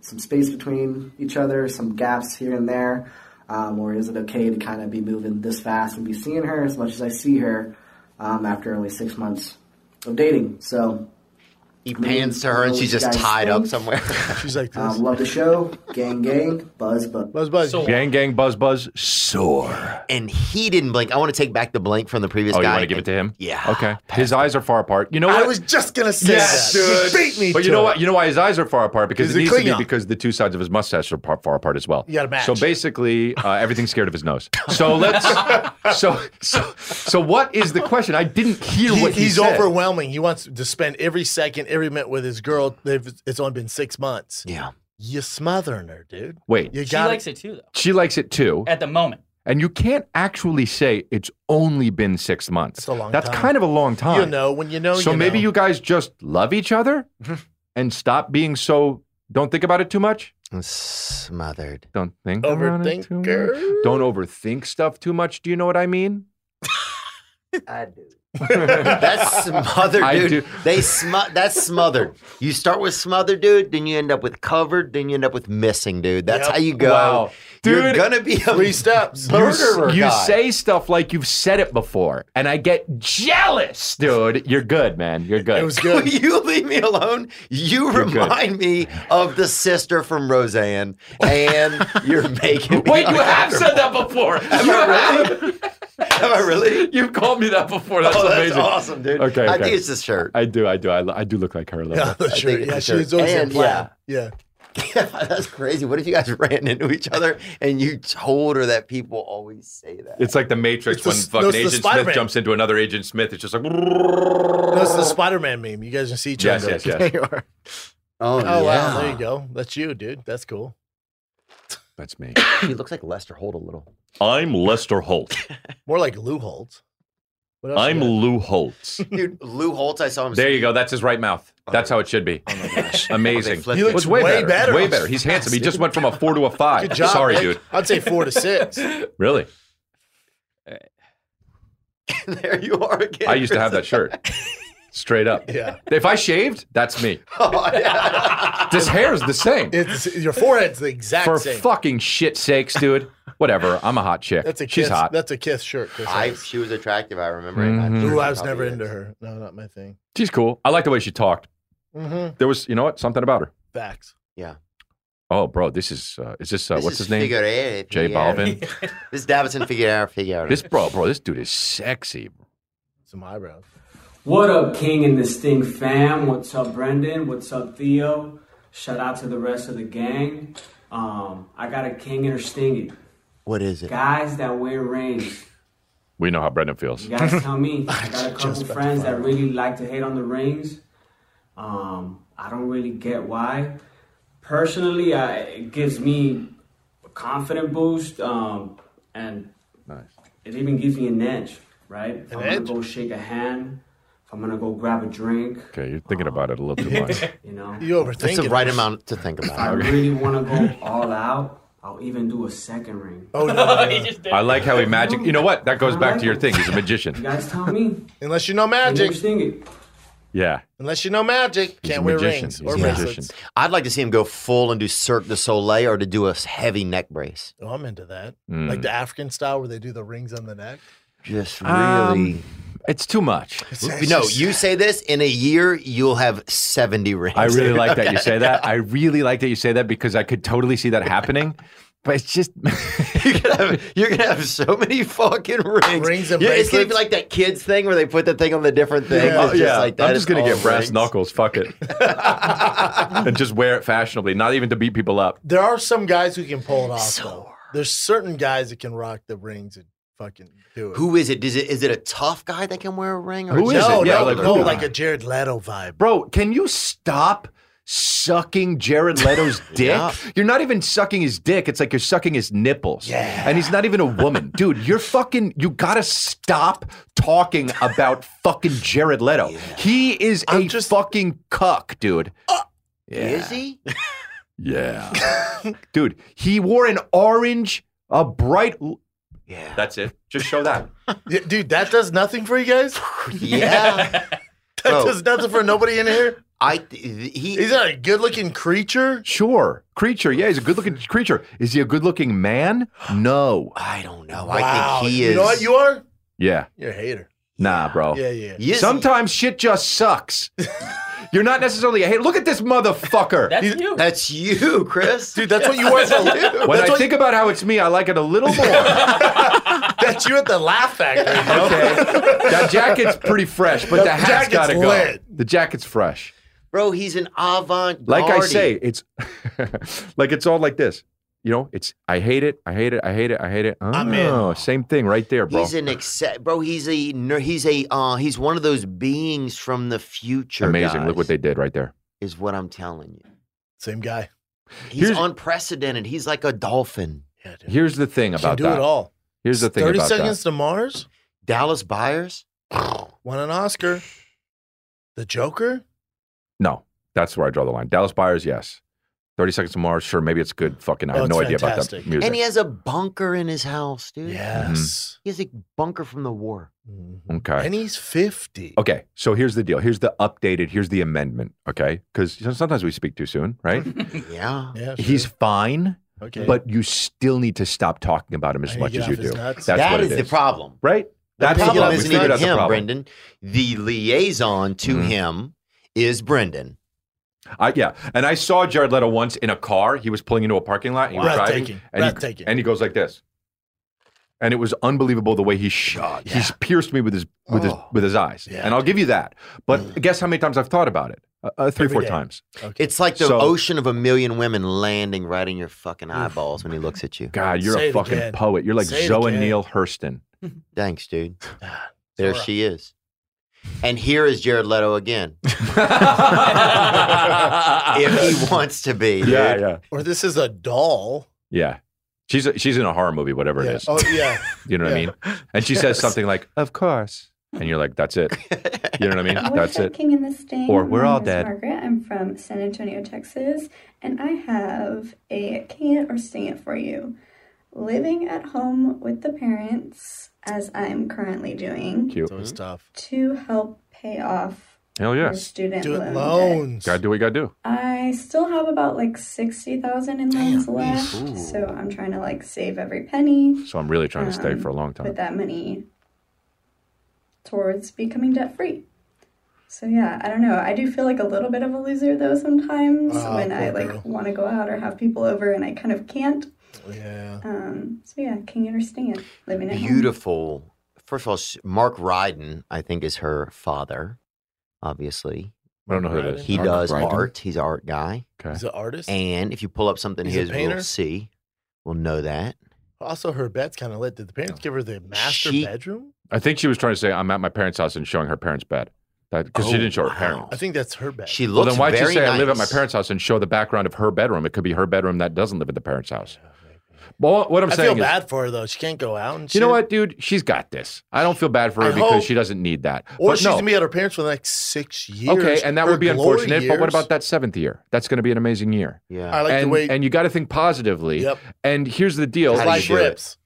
S15: some space between each other, some gaps here and there? Um, or is it okay to kind of be moving this fast and be seeing her as much as I see her um, after only six months of dating? So
S3: He
S15: I mean,
S3: pans to her and
S15: what
S3: she's
S15: you
S3: just
S15: guys
S3: tied up
S15: think?
S3: somewhere.
S1: she's like
S15: Um, love the show. Gang, gang. Buzz, buzz.
S1: Buzz, buzz.
S4: Gang, gang, buzz, buzz, sore.
S3: And he didn't blink. I want to take back the blink from the previous
S4: Oh, you
S3: guy.
S4: want to give it to him?
S3: Yeah.
S4: Okay. His eyes are far apart. You know what?
S1: I was just gonna say
S4: Yes,
S1: that.
S4: dude.
S1: You beat me.
S4: But you
S1: to
S4: know
S1: it.
S4: what? You know why his eyes are far apart because
S1: He's
S4: it
S1: a
S4: needs to be
S1: Klingon.
S4: because the two sides of his mustache are par- far apart as well.
S1: You gotta match.
S4: So basically, uh, everything's scared of his nose. So let's. so so so what is the question? I didn't hear
S1: He-
S4: what he
S1: he's
S4: said.
S1: overwhelming. He wants to spend every second, every minute with his girl. They've, it's only been six months.
S3: Yeah,
S1: you're smothering her, dude.
S4: Wait.
S1: you
S8: She
S1: got
S8: likes it too, though.
S4: She likes it too.
S8: At the moment,
S4: And you can't actually say it's only been six months.
S1: That's a long
S4: That's
S1: time.
S4: kind of a long time.
S1: You know, when you know,
S4: so
S1: you
S4: maybe
S1: know.
S4: you guys just love each other and stop being so. Don't think about it too much.
S3: Smothered.
S4: Don't think about it too
S1: Overthinker.
S4: much. Don't overthink stuff too much. Do you know what I mean?
S15: I do.
S3: That's smothered,
S4: I
S3: dude.
S4: do.
S3: They sm- that's smothered. You start with smothered, dude. Then you end up with covered. Then you end up with missing, dude. That's
S1: Yep.
S3: how you go.
S4: Wow.
S3: You're
S4: Dude,
S3: gonna be a
S1: three steps.
S4: You, s-
S3: murderer.
S4: you
S3: guy.
S4: say stuff like you've said it before, and I get jealous, dude. You're good, man. You're good.
S1: It was good.
S3: Will you leave me alone? You
S4: You're good.
S3: remind me of the sister from Roseanne, and you're making me
S4: Wait, you have
S3: uncomfortable.
S4: said that before. Have
S3: You
S4: I
S3: really? Have I really?
S4: You've called me that before. That's
S3: oh, that's
S4: amazing.
S3: awesome, dude.
S4: Okay,
S3: I
S4: okay.
S3: think it's the shirt.
S4: I do, I do, I, lo- I do look like her a little
S1: Yeah,
S4: bit.
S1: the shirt.
S3: it's
S1: Yeah,
S3: the
S1: she's
S3: shirt.
S1: always in
S3: And,
S1: plaid. Yeah.
S3: that's crazy. What if you guys ran into each other and you told her that people always say that?
S4: It's like the
S1: It's
S4: Matrix
S1: the
S4: when
S1: s- no,
S4: fucking
S1: it's the
S4: Agent Smith
S1: Spider-Man.
S4: jumps into another Agent Smith. It's just like
S3: Oh,
S1: No, it's the Spider-Man meme. You guys can see each
S4: Yes,
S1: other.
S4: yes, yes.
S1: you are. Oh
S3: Oh, yeah.
S1: wow, there you go. That's you, dude. That's cool.
S4: that's me.
S3: He looks like Lester Holt a little.
S4: I'm Lester Holt.
S1: More like Lou Holtz. What else you got?
S4: Lou Holtz.
S3: Dude, Lou Holtz, I saw him.
S4: There you go. That's his right mouth. That's how it should be.
S3: Oh my gosh.
S4: Amazing.
S3: flipped
S1: He looks
S4: It's way,
S1: way
S4: better.
S1: better.
S4: Way better. He's handsome. He just went from a four to a five.
S1: Good job.
S4: Sorry,
S1: Nick.
S4: dude.
S1: I'd say four to six.
S4: Really?
S3: there you are again.
S4: I used to have that shirt. Straight up.
S1: Yeah.
S4: If I shaved, that's me.
S3: Oh, yeah.
S4: This hair is the same.
S1: It's your forehead's the exact
S4: For
S1: same.
S4: fucking shit sakes, dude. Whatever. I'm a hot chick.
S1: That's a kiss.
S4: She's hot.
S1: That's a kiss shirt. Chris
S3: I,
S1: Evans.
S3: she was attractive. I remember. it.
S4: Mhm.
S3: sure
S1: Ooh, I
S3: she
S1: was never
S3: probably
S1: into
S3: is.
S1: her. No, not my thing.
S4: She's cool. I like the way she talked.
S1: Mm-hmm.
S4: There was, you know what? Something about her.
S1: Facts.
S4: Oh, bro, this is uh, is this, uh,
S3: This
S4: what's
S3: is
S4: his name?
S3: Figueroa,
S4: J
S3: Figueroa.
S4: Balvin.
S3: This is Davison Figueroa. Figueroa.
S4: this bro, bro, this dude is sexy.
S1: Some eyebrows.
S16: What up, King and the Sting fam? What's up, Brendan? What's up, Theo? Shout out to the rest of the gang. Um, I got a King and a Stingy.
S3: what is it?
S16: Guys that wear rings.
S4: We know how Brendan feels.
S16: You guys tell me. I got a couple
S1: Just about
S16: friends
S1: to find
S16: that really like to hate on the rings. Um, I don't really get why. Personally, I, it gives me a confident boost, um, and it even gives me an edge, right? If
S1: An
S16: I'm
S1: edge?
S16: gonna go shake a hand, if I'm gonna go grab a drink,
S4: Okay, you're thinking about it a little too much.
S16: you know.
S1: You overthink
S3: That's the
S1: it.
S3: right amount to think
S16: If I
S3: about.
S16: really want to go all out, I'll even do a second ring.
S1: Oh no, no, no.
S4: I like how he magic. You know what? That goes back to your thing. He's a
S16: You
S4: magician.
S16: guys tell me.
S1: Unless you know magic.
S16: Interesting it.
S4: Yeah.
S1: Unless you know magic,
S4: He's
S1: can't
S4: a
S1: wear
S4: magician.
S1: rings
S4: He's
S1: or
S4: a magician.
S1: bracelets.
S3: I'd like to see him go full and do Cirque du Soleil or to do a heavy neck brace.
S1: Oh, I'm into that.
S4: Mm.
S1: Like the African style where they do the rings on the neck.
S3: Just
S4: Um,
S3: really.
S4: It's too much.
S3: no, you say this in a year, you'll have 70 rings.
S4: I really like that you
S3: Okay.
S4: say that. I really like that you say that because I could totally see that happening. But it's just
S3: You're gonna, have, you're gonna have so many fucking rings.
S1: Rings and
S3: Yeah, It's gonna be
S1: bracelets.
S3: like that kids thing where they put the thing on the different thing.
S1: Yeah.
S3: It's just like that.
S4: I'm just
S3: It's
S4: gonna
S3: all
S4: get brass
S3: rings.
S4: knuckles. Fuck it, and just wear it fashionably. Not even to beat people up.
S1: There are some guys who can pull it off. though. There's certain guys that can rock the rings and fucking do it.
S3: Who is it? Does it is it a tough guy that can wear a ring? Or
S4: Who is
S3: just-
S1: No,
S4: it? Yeah,
S1: no,
S4: like,
S1: no,
S4: who?
S1: like a Jared Leto vibe.
S3: Oh,
S4: Bro, can you stop sucking Jared Leto's dick?
S3: Yeah.
S4: You're not even sucking his dick. It's like you're sucking his nipples. Yeah. And he's not even a woman. Dude, you're fucking, you gotta stop talking about fucking Jared Leto. He is
S1: I'm
S4: a
S1: just-
S4: fucking cuck, dude. yeah.
S3: Is he?
S4: Yeah. Dude, he wore an orange, a bright. Yeah. That's it. Just show that.
S1: Yeah, dude, that does nothing for you guys. yeah, that
S4: Oh.
S3: Bro.
S1: does nothing for nobody in here.
S3: I he
S1: he's not a good-looking creature.
S4: Sure. Creature. Yeah, he's a good looking creature. Is he a good looking man? No.
S3: I don't know.
S1: Wow, You know what you are?
S4: Yeah.
S1: You're a hater.
S4: Nah, bro.
S1: Yeah, yeah. Yes.
S4: Sometimes shit just sucks. You're not necessarily a hater. Look at this motherfucker.
S8: That's you.
S3: That's you, Chris.
S1: Dude, that's what you are. to
S4: When
S1: That's
S4: I
S1: what
S4: think about how it's me, I like it a little more.
S1: That's you at the laugh factory. Bro.
S4: that jacket's pretty fresh, but the,
S1: The
S4: hat's
S1: jacket's
S4: got to go.
S1: lit.
S4: The jacket's fresh.
S3: Bro, he's an avant.
S4: Like I say, it's like it's all like this. You know, it's I hate it, I hate it, I hate it, I hate it. Oh,
S3: I'm in.
S4: same thing right there, bro.
S3: He's an except, bro. He's a ner- he's a uh, he's one of those beings from the future.
S4: Amazing.
S3: guys,
S4: Look what they did right there.
S3: is what I'm telling you.
S1: Same guy.
S3: He's
S4: Here's-
S3: unprecedented. He's like a dolphin.
S4: Here's the thing
S1: Can
S4: about
S1: do
S4: that.
S1: it all.
S4: Here's the thing
S1: Thirty
S4: about
S1: seconds to Mars
S3: Dallas Buyers.
S1: won an Oscar. The Joker.
S4: that. No, that's where I draw the line. Dallas Buyers, yes. Thirty Seconds to Mars, sure. Maybe it's good. Fucking, I
S3: Oh,
S4: have
S3: it's
S4: no idea about
S3: fantastic.
S4: that music. Mm-hmm.
S3: And he has a bunker in his house, dude.
S1: Yes.
S3: He has a bunker from the war.
S4: okay.
S1: And he's fifty.
S4: Okay, so here's the deal. Here's the updated. Here's the amendment. Okay, because sometimes we speak too soon, right?
S3: Yeah.
S1: Yeah.
S4: He's fine.
S1: Okay.
S4: But you still need to stop talking about him
S3: I
S4: as
S3: need to
S4: much
S3: get
S4: as
S3: off
S4: you
S3: his
S4: do.
S3: nuts.
S4: That's
S3: That
S4: what it
S3: is the problem.
S4: right?
S3: The
S4: That's the
S3: problem
S4: problem. We
S3: isn't
S4: figured
S3: even
S4: out the
S3: him,
S4: problem. Mm-hmm.
S3: Brendan. The liaison to him is Brendan.
S4: I, yeah, and I saw Jared Leto once in a car. He was pulling into a parking lot. And he was driving,
S1: Breathtaking.
S4: and he-
S1: Breathtaking.
S4: and he goes like this, and it was unbelievable the way he shot. He's pierced me with his with
S1: Oh.
S4: his with his eyes, and I'll give you that. But
S1: Mm.
S4: guess how many times I've thought about it? Uh, uh, three,
S3: Every
S4: four
S3: day.
S4: times.
S3: It's like the
S4: So-
S3: ocean of a million women landing right in your fucking eyeballs when he looks at you.
S4: God, you're a fucking poet. You're like Zoe Neale Hurston.
S3: Thanks, dude. There she is. And here is Jared Leto again. if he wants to be.
S4: Yeah,
S3: dude.
S4: yeah,
S1: Or this is a doll.
S4: yeah. She's a, she's in a horror movie, whatever it is.
S1: Oh yeah.
S4: You know
S1: Yeah.
S4: what I mean? And she says something like, "Of course," and you're like, "That's it." You know what I mean?
S17: We're
S4: That's it.
S17: thinking in this thing.
S4: Or we're
S17: My
S4: all
S17: name is
S4: dead.
S17: Margaret. I'm from San Antonio, Texas, and I have a can it or sing it for you. Living at home with the parents, as I'm currently doing,
S4: Cute.
S1: So tough.
S17: to help pay off
S4: Hell yeah.
S17: your student loan debt.
S4: Gotta do what you gotta do.
S17: I still have about like sixty thousand in loans left,
S4: Ooh.
S17: so I'm trying to like save every penny,
S4: So I'm really trying to stay
S17: Um,
S4: for a long time.
S17: put that money towards becoming debt free. So yeah, I don't know. I do feel like a little bit of a loser though sometimes
S18: Ah,
S17: when I
S18: poor girl.
S17: like want to go out or have people over and I kind of can't.
S4: Uh.
S1: Yeah.
S17: Um, so yeah, can you understand living at home?
S3: Beautiful. First of all, sh- Mark Ryden, I think, is her father, obviously.
S4: I don't know who that is.
S3: He
S4: Mark
S3: does
S4: Ryden?
S3: art. He's an art guy.
S4: Okay.
S1: He's an artist?
S3: And if you pull up something
S1: He's a
S3: his,
S1: painter?
S3: we'll see. We'll know that.
S1: Also, her bed's kind of lit. Did the parents give her the master bedroom?
S4: I think she was trying to say, I'm at my parents' house and showing her parents' bed. Because she
S1: Oh,
S4: didn't show her
S1: wow.
S4: parents.
S1: I think that's her bed.
S3: She
S4: Well,
S3: looks
S4: then why'd you
S3: very
S4: say I live at my
S3: nice.
S4: parents' house and show the background of her bedroom? It could be her bedroom that doesn't live at the parents' house. Well, what I'm
S1: I
S4: saying
S1: feel
S4: is,
S1: bad for her though. She can't go out. And
S4: you know
S1: shit.
S4: what, dude? She's got this. I don't feel bad for her
S1: I
S4: because
S1: hope-
S4: she doesn't need that.
S1: Or
S4: but
S1: she's
S4: no.
S1: gonna be at her parents for the next six years.
S4: Okay, and that
S1: Her
S4: would be
S1: glory
S4: unfortunate. But what
S1: years.
S4: about that seventh year? That's going to be an amazing year.
S3: Yeah,
S1: I like the
S4: and,
S1: way-
S4: And you got to think positively. Yep. And here's the deal:
S1: How do Life you do it? rips.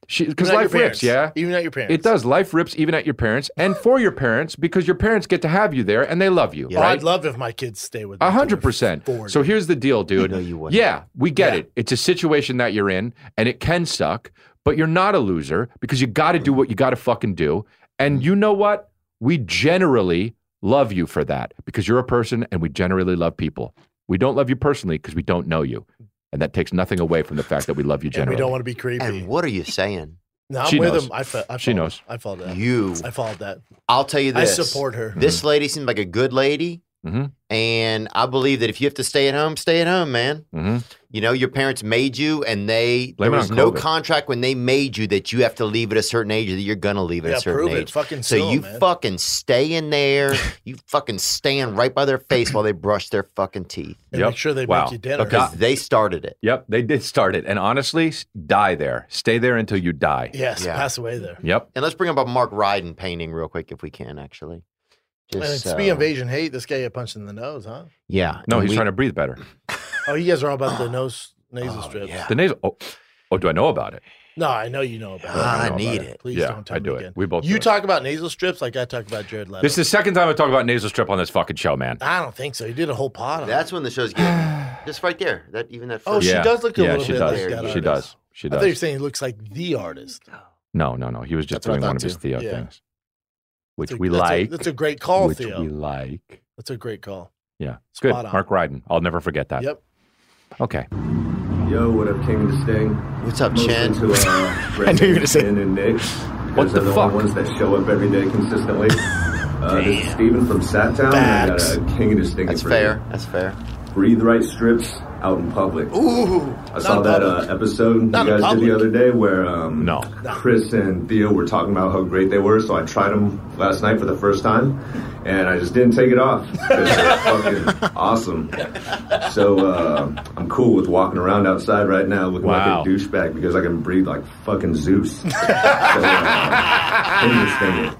S1: Even at
S4: Because life
S1: your
S4: rips.
S1: parents.
S4: Yeah.
S1: Even at your parents.
S4: It does. Life rips even at your parents and for your parents because your parents get to have you there and they love you.
S1: Yeah.
S4: Right.
S1: I'd love if my kids stay with.
S4: A hundred percent. So here's the deal, dude. yeah, we get it. It's a situation that you're in, and it can suck, but you're not a loser because you got to do what you got to fucking do. And you know what? We generally love you for that because you're a person, and we generally love people. We don't love you personally because we don't know you, and that takes nothing away from the fact that we love you
S1: And we
S4: generally.
S1: don't want to be creepy.
S3: And what are you saying?
S1: no, I'm
S4: She
S1: with
S4: knows.
S1: him. I, fe- I
S4: She
S1: followed-
S4: knows.
S1: I followed that.
S3: You.
S1: I followed that.
S3: I'll tell you
S1: I
S3: this.
S1: support her.
S3: This
S4: Mm-hmm.
S3: lady seems like a good lady.
S4: Mhm.
S3: And I believe that if you have to stay at home, stay at home, man.
S4: Mm-hmm.
S3: You know, your parents made you, and they
S4: Blame it
S3: there was
S4: on
S3: no
S4: COVID.
S3: contract when they made you that you have to leave at a certain age or that you're gonna leave at
S1: Yeah,
S3: a certain
S1: prove it.
S3: age.
S1: Fucking
S3: so
S1: sue 'em,
S3: you
S1: man.
S3: fucking stay in there. you fucking stand right by their face while they brush their fucking teeth.
S1: And Yep. make sure they
S4: Wow.
S1: make you dinner.
S3: because they started it.
S4: Yep, they did start it, and honestly, s- die there. Stay there until you die.
S1: Yes, pass away there.
S4: Yep.
S3: And let's bring up a Mark Ryden painting real quick if we can, actually.
S1: And
S3: Just,
S1: speaking of
S3: uh,
S1: Asian hate, this guy got punched in the nose, huh?
S3: yeah.
S4: No,
S3: and
S4: he's
S3: we-
S4: trying to breathe better.
S1: Oh, you guys are all about the nose nasal strips.
S4: The nasal. Oh, oh, do I know about it?
S1: No, I know you know about
S4: Ah,
S1: it.
S4: I know I need about it. it.
S1: Please
S4: Yeah,
S1: don't tell
S4: I do
S1: me
S4: it.
S1: again.
S4: We both do
S1: You
S4: it.
S1: talk about nasal strips like I talk about Jared Leto.
S4: This is the second time I talk about nasal strip on this fucking show, man.
S1: I don't think so. You did a whole pod on
S3: That's when the show's getting just right there. That even that.
S1: Oh,
S3: first-
S1: she
S4: Yeah.
S1: does look a
S4: Yeah,
S1: little
S4: she
S1: bit
S4: does.
S1: like that.
S4: She
S1: artist.
S4: does.
S1: I
S4: She does.
S1: thought you were saying he looks like the artist,
S4: No, no, no. He was just
S1: what I
S4: doing one
S1: thought,
S4: of his
S1: too.
S4: Theo
S1: Yeah.
S4: things, which
S1: That's a-
S4: we
S1: that's a-
S4: like.
S1: that's a great call,
S4: which
S1: Theo.
S4: We like.
S1: That's a great call.
S4: Yeah.
S1: Spot
S4: Good.
S1: on.
S4: Mark Ryden. I'll never forget that.
S1: Yep.
S4: Okay.
S18: Yo, what up, King of the Sting? What's up, Chen? To, uh,
S4: I knew you were gonna say-
S18: Brandon and Nick. What the fuck? The ones that show up every day consistently. Uh, this is Steven from Sattown. and I got a King of the Sting.
S3: That's
S18: for
S3: fair.
S18: you.
S3: That's fair.
S18: Breathe right strips out in public.
S3: Ooh,
S18: I saw
S3: not
S18: that
S3: public.
S18: uh, episode
S3: Not in
S18: you guys did
S3: public.
S18: the other day where um,
S4: no.
S18: Chris and Theo were talking about how great they were, so I tried them last night for the first time, and I just didn't take it off. 'cause They're fucking awesome. So uh, I'm cool with walking around outside right now looking like a douchebag because I can breathe like fucking Zeus. so, uh, finger stinger.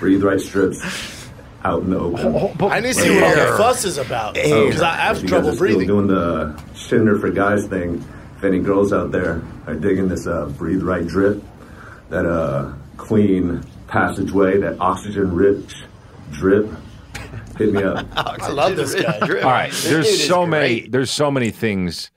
S18: breathe right strips out in the open.
S1: I need to see what all the fuss is about because I I
S18: If
S1: have
S18: you
S1: trouble
S18: guys are still
S1: breathing.
S18: Doing the Tinder for guys thing. If any girls out there are digging this uh, breathe right drip, that uh, clean passageway, that oxygen rich drip, hit me up.
S1: I love this guy.
S4: All right. There's so many. There's so many things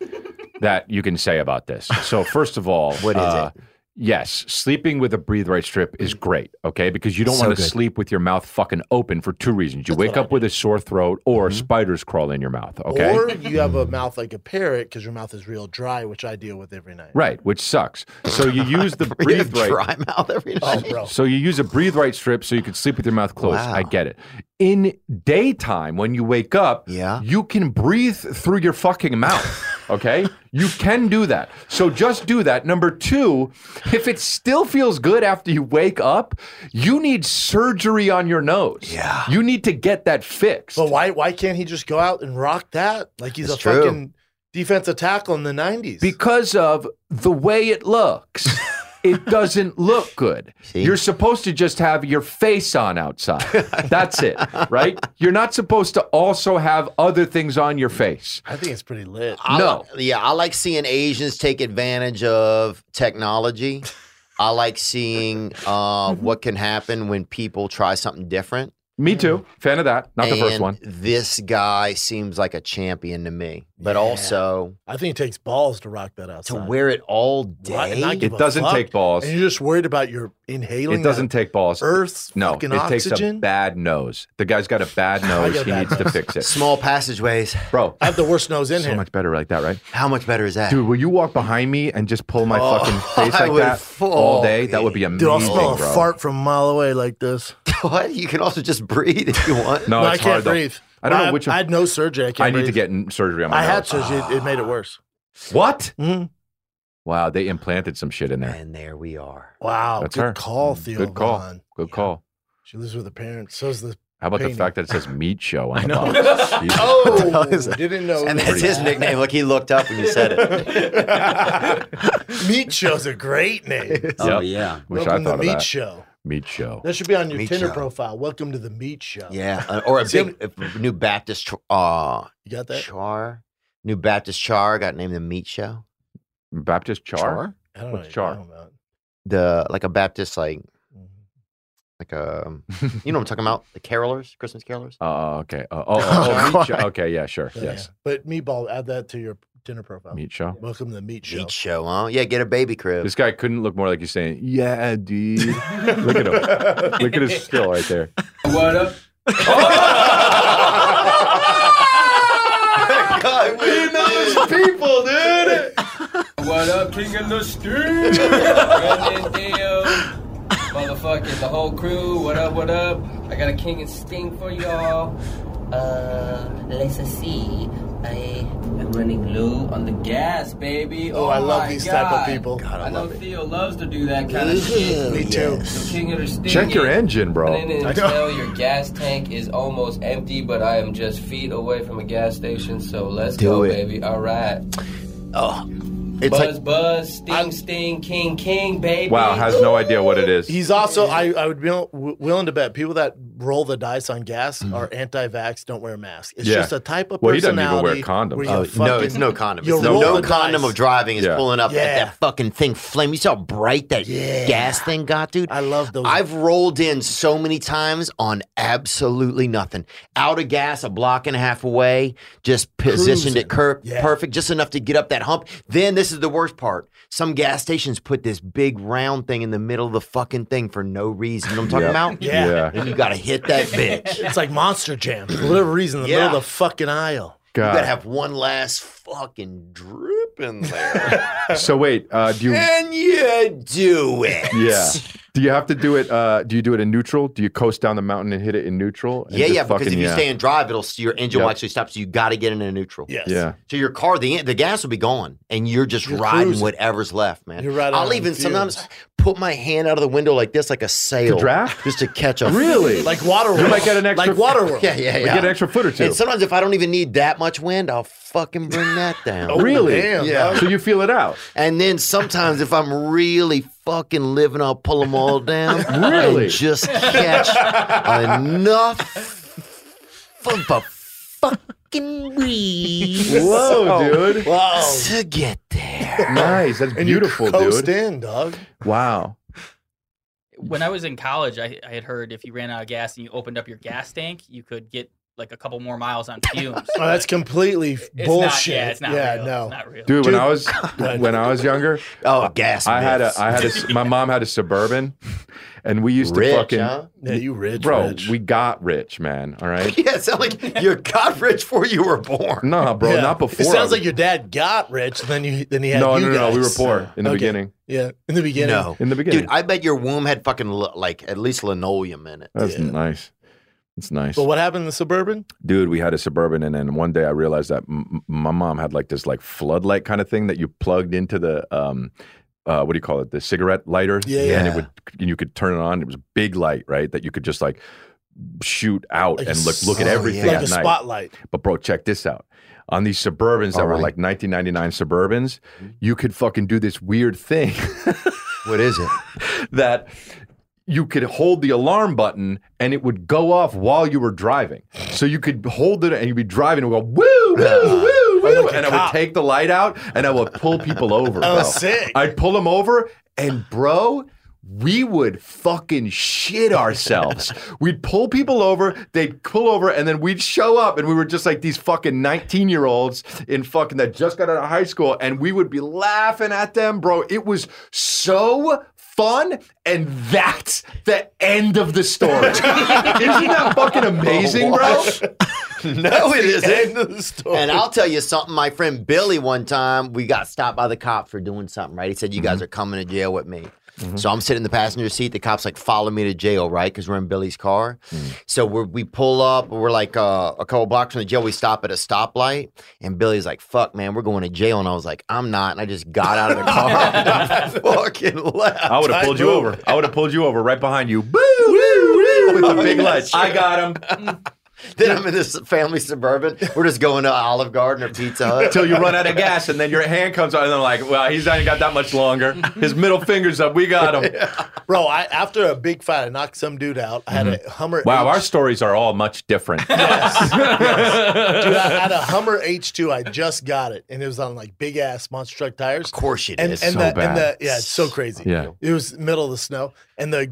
S4: that you can say about this. So first of all, what is it? Yes, sleeping with a breathe right strip
S1: Mm-hmm.
S4: is great, okay? Because you don't
S7: So
S4: want to
S7: good.
S4: sleep with your mouth fucking open for two reasons. You wake up with a sore throat or spiders crawl in your mouth, okay?
S1: Mm-hmm. Or you have a mouth like a parrot because your mouth is real dry, which I deal with every night.
S4: Right, which sucks. So you use the breathe right
S1: dry mouth every night. Oh, bro.
S4: So you use a breathe right strip so you can sleep with your mouth closed. I get it. In daytime, when you wake up, yeah. you can breathe through your fucking mouth. Okay? you can do that. So just do that. Number two, if it still feels good after you wake up, you need surgery on your nose. Yeah. You need to get that fixed.
S1: But why why can't he just go out and rock that? Like he's
S4: It's
S1: a
S4: true.
S1: fucking defensive tackle in the nineties.
S4: Because of the way it looks. It doesn't look good. You're supposed to just have your face on outside. That's it, right? You're not supposed to also have other things on your face.
S1: I think it's pretty lit.
S3: I
S4: No.
S3: li- yeah, I like seeing Asians take advantage of technology. I like seeing uh, what can happen when people try something different.
S4: Me too. Fan of that. Not the first
S3: And
S4: one.
S3: This guy seems like a champion to me, but also
S1: I think it takes balls to rock that outside.
S3: to wear it all
S1: Why-
S3: day.
S1: and not give a fuck. And you're just worried about your inhaling.
S4: It doesn't
S1: that-
S4: take balls.
S1: Earth's
S4: no,
S1: fucking
S4: it takes a
S1: oxygen?
S4: bad nose. The guy's got a bad nose.
S3: got a
S4: he
S3: bad
S4: needs to
S3: nose.
S4: fix it.
S3: Small passageways.
S4: Bro,
S1: I have the worst nose in
S4: so
S1: here.
S4: much better like that, right?
S3: How much better is that,
S4: Dude, will you walk behind me and just pull my
S3: Oh,
S4: fucking face
S3: I
S4: like
S3: would
S4: that
S3: fall.
S4: all day? That would be amazing,
S1: Dude, I'll smell
S4: bro.
S1: a fart from a mile away like this.
S3: What? You can also just breathe if you want.
S4: No,
S1: I
S4: it's
S1: can't
S4: hard, though.
S1: breathe.
S4: I don't know
S1: I-
S4: which.
S1: I had no surgery. I can't
S4: I need to
S1: breathe.
S4: get n- surgery on my.
S1: I had
S4: nose.
S1: surgery. It, it made it worse.
S4: What?
S1: Mhm.
S4: Wow, they implanted some shit in there.
S3: Mm-hmm. And there we are. Mm-hmm.
S1: Wow.
S4: That's
S1: good
S4: her.
S1: call,
S4: Mm,
S1: Theo.
S4: Good call.
S1: Vaughn.
S4: Good call.
S1: She lives with her parents. So's the.
S4: How about
S1: painting.
S4: the fact that it says meat show on
S1: I
S4: the
S1: know.
S4: bottom? Jesus.
S1: oh, didn't know.
S3: And that's his nickname. Look, he looked up when you said it.
S1: Meat Show's a great name.
S3: Oh,
S4: Yep. Wish
S1: Welcome
S4: I thought
S1: to
S4: of
S1: Meat
S4: that.
S1: Show.
S4: Meat show.
S1: Oh, That should be on your
S3: Meat
S1: Tinder
S3: Show.
S1: profile. Welcome to the Meat Show.
S3: Yeah, uh, or a
S1: See,
S3: big a new Baptist tr- uh,
S1: You got that?
S3: char. New Baptist char got named the Meat Show.
S4: Baptist char.
S3: Char?
S1: I don't know
S4: What's
S1: what
S4: char?
S1: you're talking about. Mm-hmm.
S3: The like a Baptist like like a you know what I'm talking about the carolers Christmas carolers.
S4: Oh, okay. Oh, oh, oh, oh meat show. Okay, yeah, sure.
S1: Yeah,
S4: yes.
S1: yeah. But meatball, add that to your Tinder profile.
S4: Meat show.
S1: Welcome to the Meat Show.
S3: Meat show, huh? Yeah, get a baby crib.
S4: This guy couldn't look more like he's saying, "Yeah, dude." Look at him. Look at his still right there.
S9: What up?
S3: God,
S9: he knows
S3: people, dude.
S9: What up, King of the Street? Brendan Dio, motherfucking the whole crew. What up? What up? I got a King and Sting for y'all. Uh, let's see. I am running low on the gas, baby.
S1: Oh, I love
S9: my
S1: these type of
S9: God.
S1: people.
S9: God, I, love Theo loves to do that kind of shit.
S1: Me too.
S9: The King of the Sting.
S4: Check your
S9: is-
S4: engine, bro.
S9: Run in until your gas tank is almost empty, but I am just feet away from a gas station. So let's
S3: Do
S9: go,
S3: it.
S9: baby. All right.
S3: Oh,
S9: It's buzz, buzz, sting, sting, king, king, baby.
S4: Wow, has no idea what it is.
S1: He's also I, I would be will- willing to bet people that roll the dice on gas are anti-vax, don't wear masks. It's
S3: Yeah.
S1: just a type of
S3: Well, he doesn't
S1: personality.
S3: even wear
S1: where
S3: condoms.
S1: you're
S3: Oh, no, it's no condom.
S1: you'll
S3: It's no
S1: roll
S3: no
S1: the
S3: condom
S1: dice.
S3: of driving is
S1: Yeah.
S3: pulling up at
S1: Yeah.
S3: that fucking thing flame. You saw how bright that gas thing got, dude. I love those. I've rolled in so many times on absolutely nothing. Out of gas, a block and a half away, just positioned it cur-
S1: Yeah.
S3: perfect, just enough to get up that hump. Then this is the worst part. Some gas stations put this big round thing in the middle of the fucking thing for no reason. You know what I'm talking
S1: Yeah.
S3: about?
S1: Yeah. Yeah.
S3: And you gotta hit that bitch.
S1: It's like Monster Jam. For whatever reason, in the middle of the fucking aisle.
S3: You
S4: God.
S3: gotta have one last fucking drip in there.
S4: So wait, uh, do you?
S3: and you do it.
S4: Yeah. Do you have to do it? Uh, do you do it in neutral? Do you coast down the mountain and hit it in neutral? And
S3: Yeah,
S4: just
S3: yeah, because
S4: fucking-
S3: if you
S4: yeah.
S3: stay in drive, it'll your engine will
S4: Yep.
S3: actually stop. So you got to get in a neutral.
S4: Yes. Yeah.
S3: So your car, the the gas will be gone, and you're just
S1: You're
S3: riding
S1: cruising.
S3: whatever's left, man.
S1: You're right
S3: I'll
S1: on
S3: even
S1: fumes.
S3: sometimes put my hand out of the window like this, like a sail,
S4: draft?
S3: just to catch a
S4: Really?
S1: Like Waterworld.
S4: You might get an extra-
S3: like Waterworld. Yeah, yeah,
S4: You
S3: yeah.
S4: get an extra foot or two.
S3: And sometimes if I don't even need that much wind, I'll fucking bring that down.
S4: Oh, Really? damn,
S3: yeah.
S4: dog. So you feel it out.
S3: And then sometimes if I'm really fucking living, I'll pull them all down.
S4: Really?
S3: And just catch enough of a fucking breeze.
S4: Whoa, dude.
S1: Wow.
S3: To get there.
S4: Nice. That's
S1: And you
S4: beautiful,
S1: coast
S4: dude.
S1: in, dog.
S4: Wow.
S8: When I was in college, I, I had heard if you ran out of gas and you opened up your gas tank, you could get like a couple more miles on fumes.
S1: Oh, that's completely
S8: not-
S1: bullshit.
S8: yeah, it's not
S1: yeah,
S8: real.
S1: no.
S8: It's not real.
S4: Dude, when I was when I was younger,
S3: oh gas.
S4: I had a
S1: myths.
S4: I had a my mom had a suburban, and we used
S1: Rich,
S4: to fucking
S1: huh? Yeah, you rich,
S4: bro.
S1: rich.
S4: We got rich, man. All right.
S3: Yeah, it sounds like you got rich before you were born.
S4: No, bro,
S1: Yeah.
S4: not before.
S1: It sounds
S4: I-
S1: like your dad got rich, then you then he had
S4: No,
S1: you
S4: no, no, no, we
S1: guys.
S4: were poor in the beginning.
S1: Yeah, in the beginning.
S3: No.
S4: In the beginning.
S3: Dude, I bet your womb had fucking li- like at least linoleum in it.
S4: That's nice. That's nice.
S1: But what happened in the suburban?
S4: dude we had a suburban and then one day i realized that m- m- my mom had like this like floodlight kind of thing that you plugged into the um uh, what do you call it the cigarette lighter
S1: Yeah.
S4: and it would and you could turn it on it was a big light right that you could just like shoot out
S1: Like a
S4: and look look at
S1: s- oh,
S4: everything
S1: like
S4: at
S1: a
S4: night
S1: spotlight.
S4: but bro check this out on these suburbans that
S3: All
S4: were
S3: right.
S4: like 1999 suburbans
S1: Mm-hmm.
S4: you could fucking do this weird thing
S3: what is it
S4: that you could hold the alarm button and it would go off while you were driving. So you could hold it and you'd be driving and go woo woo woo woo, and I would take the light out and I would pull people over.
S1: Oh,
S4: bro.
S1: sick.
S4: I'd pull them over and bro. We would fucking shit ourselves. we'd pull people over, they'd pull over, and then we'd show up, and we were just like these fucking 19 year olds in fucking that just got out of high school, and we would be laughing at them, bro. It was so fun, and that's the end of the story. Isn't that fucking amazing, bro?
S3: No, it isn't.
S1: story.
S3: And I'll tell you something. My friend Billy, one time, we got stopped by the cops for doing something, right? He said, You guys
S4: Mm-hmm.
S3: are coming to jail with me. So I'm sitting in the passenger seat. The cops like follow me to jail, right? Because we're in Billy's car.
S4: Mm.
S3: So we're, we pull up. We're like uh, a couple blocks from the jail. We stop at a stoplight, and Billy's like, "Fuck, man, we're going to jail." And I was like, "I'm not." And I just got out of the car, fucking left.
S4: I would have pulled you
S3: moved.
S4: over. I would have pulled you over right behind you. Boo, woo, woo, with the big lights. Oh, I got him.
S3: Then I'm in this family suburban. We're just going to Olive Garden or Pizza Hut
S4: Until you run out of gas, and then your hand comes out, and I'm like, well, he's not even got that much longer. His middle finger's up. We got him.
S1: Bro, I after a big fight, I knocked some dude out. I had a Hummer.
S4: Mm-hmm. Wow, our stories are all much different.
S1: Dude, I had a Hummer H2. I just got it, and it was on like big ass monster truck tires. Of
S3: course you did.
S1: And,
S3: It's
S1: and
S3: so
S1: the,
S3: bad.
S1: And the, yeah, it's so crazy.
S3: Yeah.
S1: it was middle of the snow, and the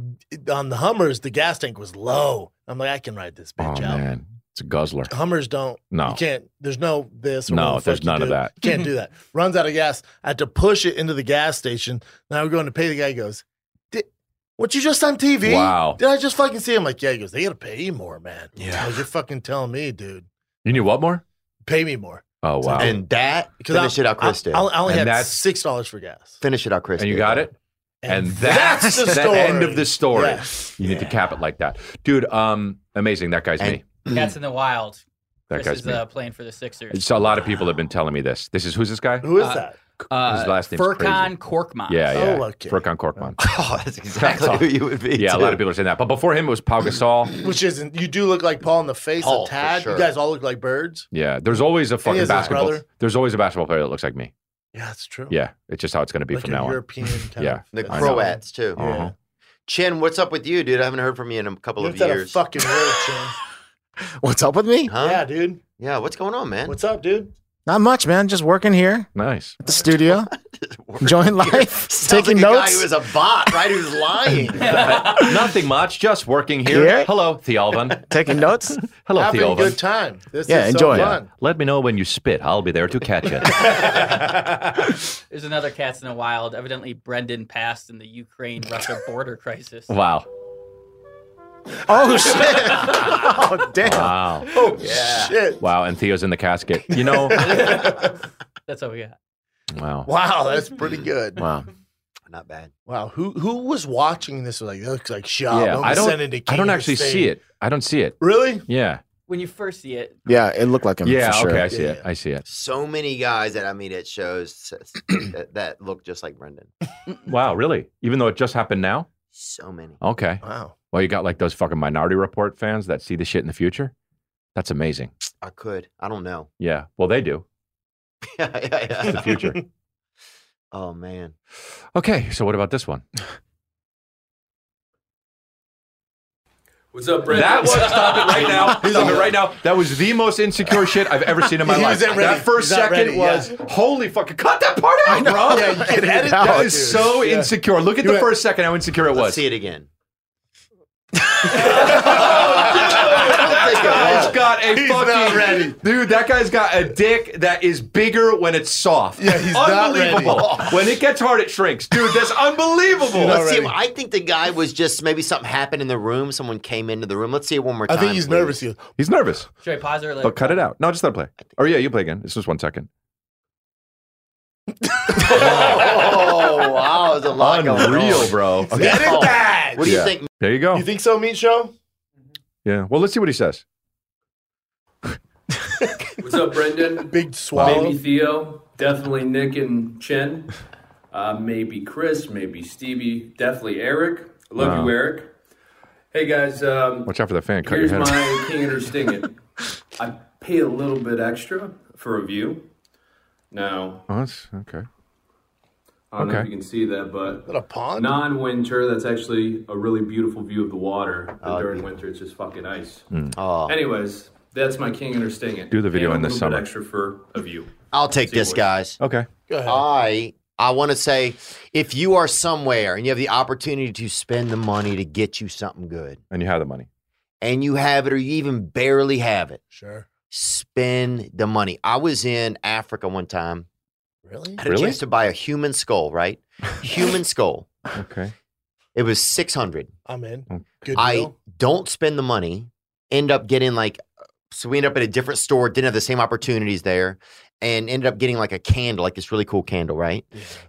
S1: on the Hummers, the gas tank was low. I'm like, I can ride this
S4: oh,
S1: bitch out.
S4: man. It's a guzzler.
S1: Hummers don't.
S4: No.
S1: you can't. There's no this. Or
S4: No,
S1: whatever the
S4: there's
S1: fuck you
S4: none of
S1: do.
S4: that.
S1: Can't do that. Runs out of gas. I had to push it into the gas station. Now we're going to pay. The guy goes, "Did what you just on TV?
S4: Wow.
S1: Did I just fucking see him? Like, yeah. He goes, they gotta pay you more, man.
S3: Yeah.
S1: Like, you're fucking telling me, dude,
S4: You need what more?
S1: pay me more.
S4: Oh, wow.
S3: and that finish
S1: I,
S3: it out, Chris
S1: I,
S3: did.
S1: I only
S3: And
S1: had
S3: that's-
S1: six dollars for gas.
S3: finish it out, Chris.
S4: and you got it? And, that's,
S1: that's the
S4: the,
S1: story.
S4: end of the story.
S1: Yes.
S4: You need to cap it like that. Dude, um, amazing. That guy's me.
S8: Cats in the Wild.
S4: That
S8: Chris
S4: guy's
S8: is
S4: me.
S8: uh, playing for the Sixers.
S4: So a lot of people have been telling me this. This is who's this guy?
S1: Who is that?
S8: Uh,
S4: His last name's crazy.
S8: Furkan Korkmaz.
S4: Yeah, yeah.
S1: Oh, okay.
S4: Furkan Korkman.
S3: Oh, that's exactly who you would be,
S4: Yeah, a
S3: too.
S4: lot of people are saying that. But before him, it was Pau Gasol.
S1: Which isn't. You do look like Paul in the face
S3: Paul,
S1: a
S3: for
S1: tad.
S3: sure.
S1: You guys all look like birds.
S4: Yeah, there's always a
S1: he
S4: fucking
S1: has his
S4: basketball.
S1: brother.
S4: There's always a basketball player that looks like me.
S1: Yeah, that's true.
S4: Yeah, it's just how it's going to be
S1: Like
S4: from
S1: a
S4: now
S1: European
S4: on.
S1: kind
S4: yeah,
S1: of-
S3: The
S4: I know.
S3: Croats, too.
S4: Uh-huh.
S3: Chin, what's up with you, dude? I haven't heard from you in a couple
S1: You're
S3: of
S1: not a
S3: years.
S1: fucking word, Chin.
S7: What's up with me?
S1: Yeah, dude.
S3: Yeah, what's going on, man?
S1: What's up, dude?
S7: Not much, man. Just working here.
S4: Nice.
S7: At the studio. Enjoying life.
S3: Sounds
S7: taking
S3: like a guy
S7: notes.
S3: who is a bot, right? Who's lying.
S4: Nothing much, just working here.
S7: Here?
S4: Hello, Thealvin.
S7: Taking notes?
S4: Hello,
S1: Having
S4: Thealvin.
S1: a good time. This
S4: yeah,
S1: is
S4: enjoy.
S1: so fun.
S4: Let me know when you spit. I'll be there to catch it.
S8: There's another Cats in the Wild. Evidently, Brendan passed in the Ukraine Russia border crisis.
S4: wow.
S7: Oh shit! oh damn!
S4: Wow.
S1: Oh shit!
S4: Wow. And Theo's in the casket. You know.
S8: That's what we got.
S4: wow.
S1: Wow, that's pretty
S4: Mm.
S1: good.
S7: Wow.
S3: Not bad.
S1: Wow, who who was watching this? Was like, that looks like shop.
S4: yeah. I
S1: Send it to
S4: don't. I
S1: King
S4: don't
S1: to
S4: actually
S1: Sting."
S4: see it. I don't see it.
S1: Really?
S4: Yeah.
S8: When you first see it,
S7: Yeah, it looked like him.
S4: yeah.
S7: for sure.
S4: Okay. I see it. I see it.
S3: So many guys that I meet at shows s- that, that look just like Brendan.
S4: Wow. Really? Even though it just happened now.
S3: So many.
S4: Okay.
S1: Wow.
S4: Well, you got like those fucking Minority Report fans that see the shit in the future. That's amazing.
S3: I could. I don't know.
S4: Yeah. Well, they do.
S3: yeah, yeah, yeah.
S4: It's the future.
S3: Oh man.
S4: Okay. So what about this one?
S19: What's up, Brent?
S4: That was stop it right now. Stop it right now. That was the most insecure shit I've ever seen in my
S19: He
S4: life.
S19: was not ready.
S4: That first
S19: He was not
S4: second
S19: ready,
S4: was
S19: yeah.
S4: holy fucking cut that part out, bro.
S19: Yeah, you get it
S4: that is,
S19: out,
S4: that is
S19: dude.
S4: so
S19: Yeah.
S4: insecure. Look at
S19: You
S4: the
S19: went-
S4: first second how insecure it was.
S3: See it again.
S4: That guy's got a
S19: He's
S4: fucking
S19: not ready.
S4: dude. That guy's got a dick that is bigger when it's soft. Yeah,
S19: he's not ready.
S4: unbelievable. When it gets hard, it shrinks, dude. That's unbelievable.
S3: Let's see. I think the guy was just maybe something happened in the room. Someone came into the room. Let's see it one more
S4: I
S3: time.
S4: think he's nervous.
S3: please.
S4: He's nervous.
S8: should I pause or like?
S4: But cut it out. No, just let it play. Or yeah, you play again. It's just one second.
S3: oh wow, there's a lot going on.
S4: Unreal, bro.
S3: Get it
S1: back.
S3: What do you
S4: Yeah.
S3: think?
S4: There you go. Mm-hmm.
S1: You think so, Meat Show?
S4: Yeah. Well, let's see what he says.
S19: What's up, Brendan?
S1: Big swallow.
S19: Maybe Theo. Definitely Nick and Chen. Uh, maybe Chris. Maybe Stevie. Definitely Eric. Love
S4: Wow.
S19: you, Eric. Hey guys. Um,
S4: Watch out for that fan. Cut
S19: Here's
S4: your head off.
S19: my King Eater Stinging. I pay a little bit extra for a view. Now,
S4: Oh, that's okay.
S19: I don't know if
S4: Okay.
S19: you can see that, but
S1: a pond?
S19: non-winter, that's actually a really beautiful view of the water. But
S1: Oh,
S19: during winter, it's just fucking ice.
S1: Hmm.
S4: Mm.
S19: Anyways, that's my King Eater Stinging.
S4: Do the video
S19: and
S4: in
S19: a
S4: the
S19: little
S4: summer.
S19: Bit extra for a view.
S3: I'll take
S19: See you
S3: this,
S19: later.
S3: guys.
S4: Okay.
S3: I I want to say, if you are somewhere and you have the opportunity to spend the money to get you something good,
S4: and you have the money,
S3: and you have it, or you even barely have it,
S1: Sure.
S3: spend the money. I was in Africa one time.
S1: Really?
S3: I had a
S1: Really?
S3: chance to buy a human skull. Right, human skull.
S4: Okay.
S3: It was six hundred.
S1: I'm in.
S4: Mm.
S1: Good
S3: I
S1: deal.
S3: don't spend the money, end up getting like, so we end up at a different store, didn't have the same opportunities there, and ended up getting like a candle, like this really cool candle, right?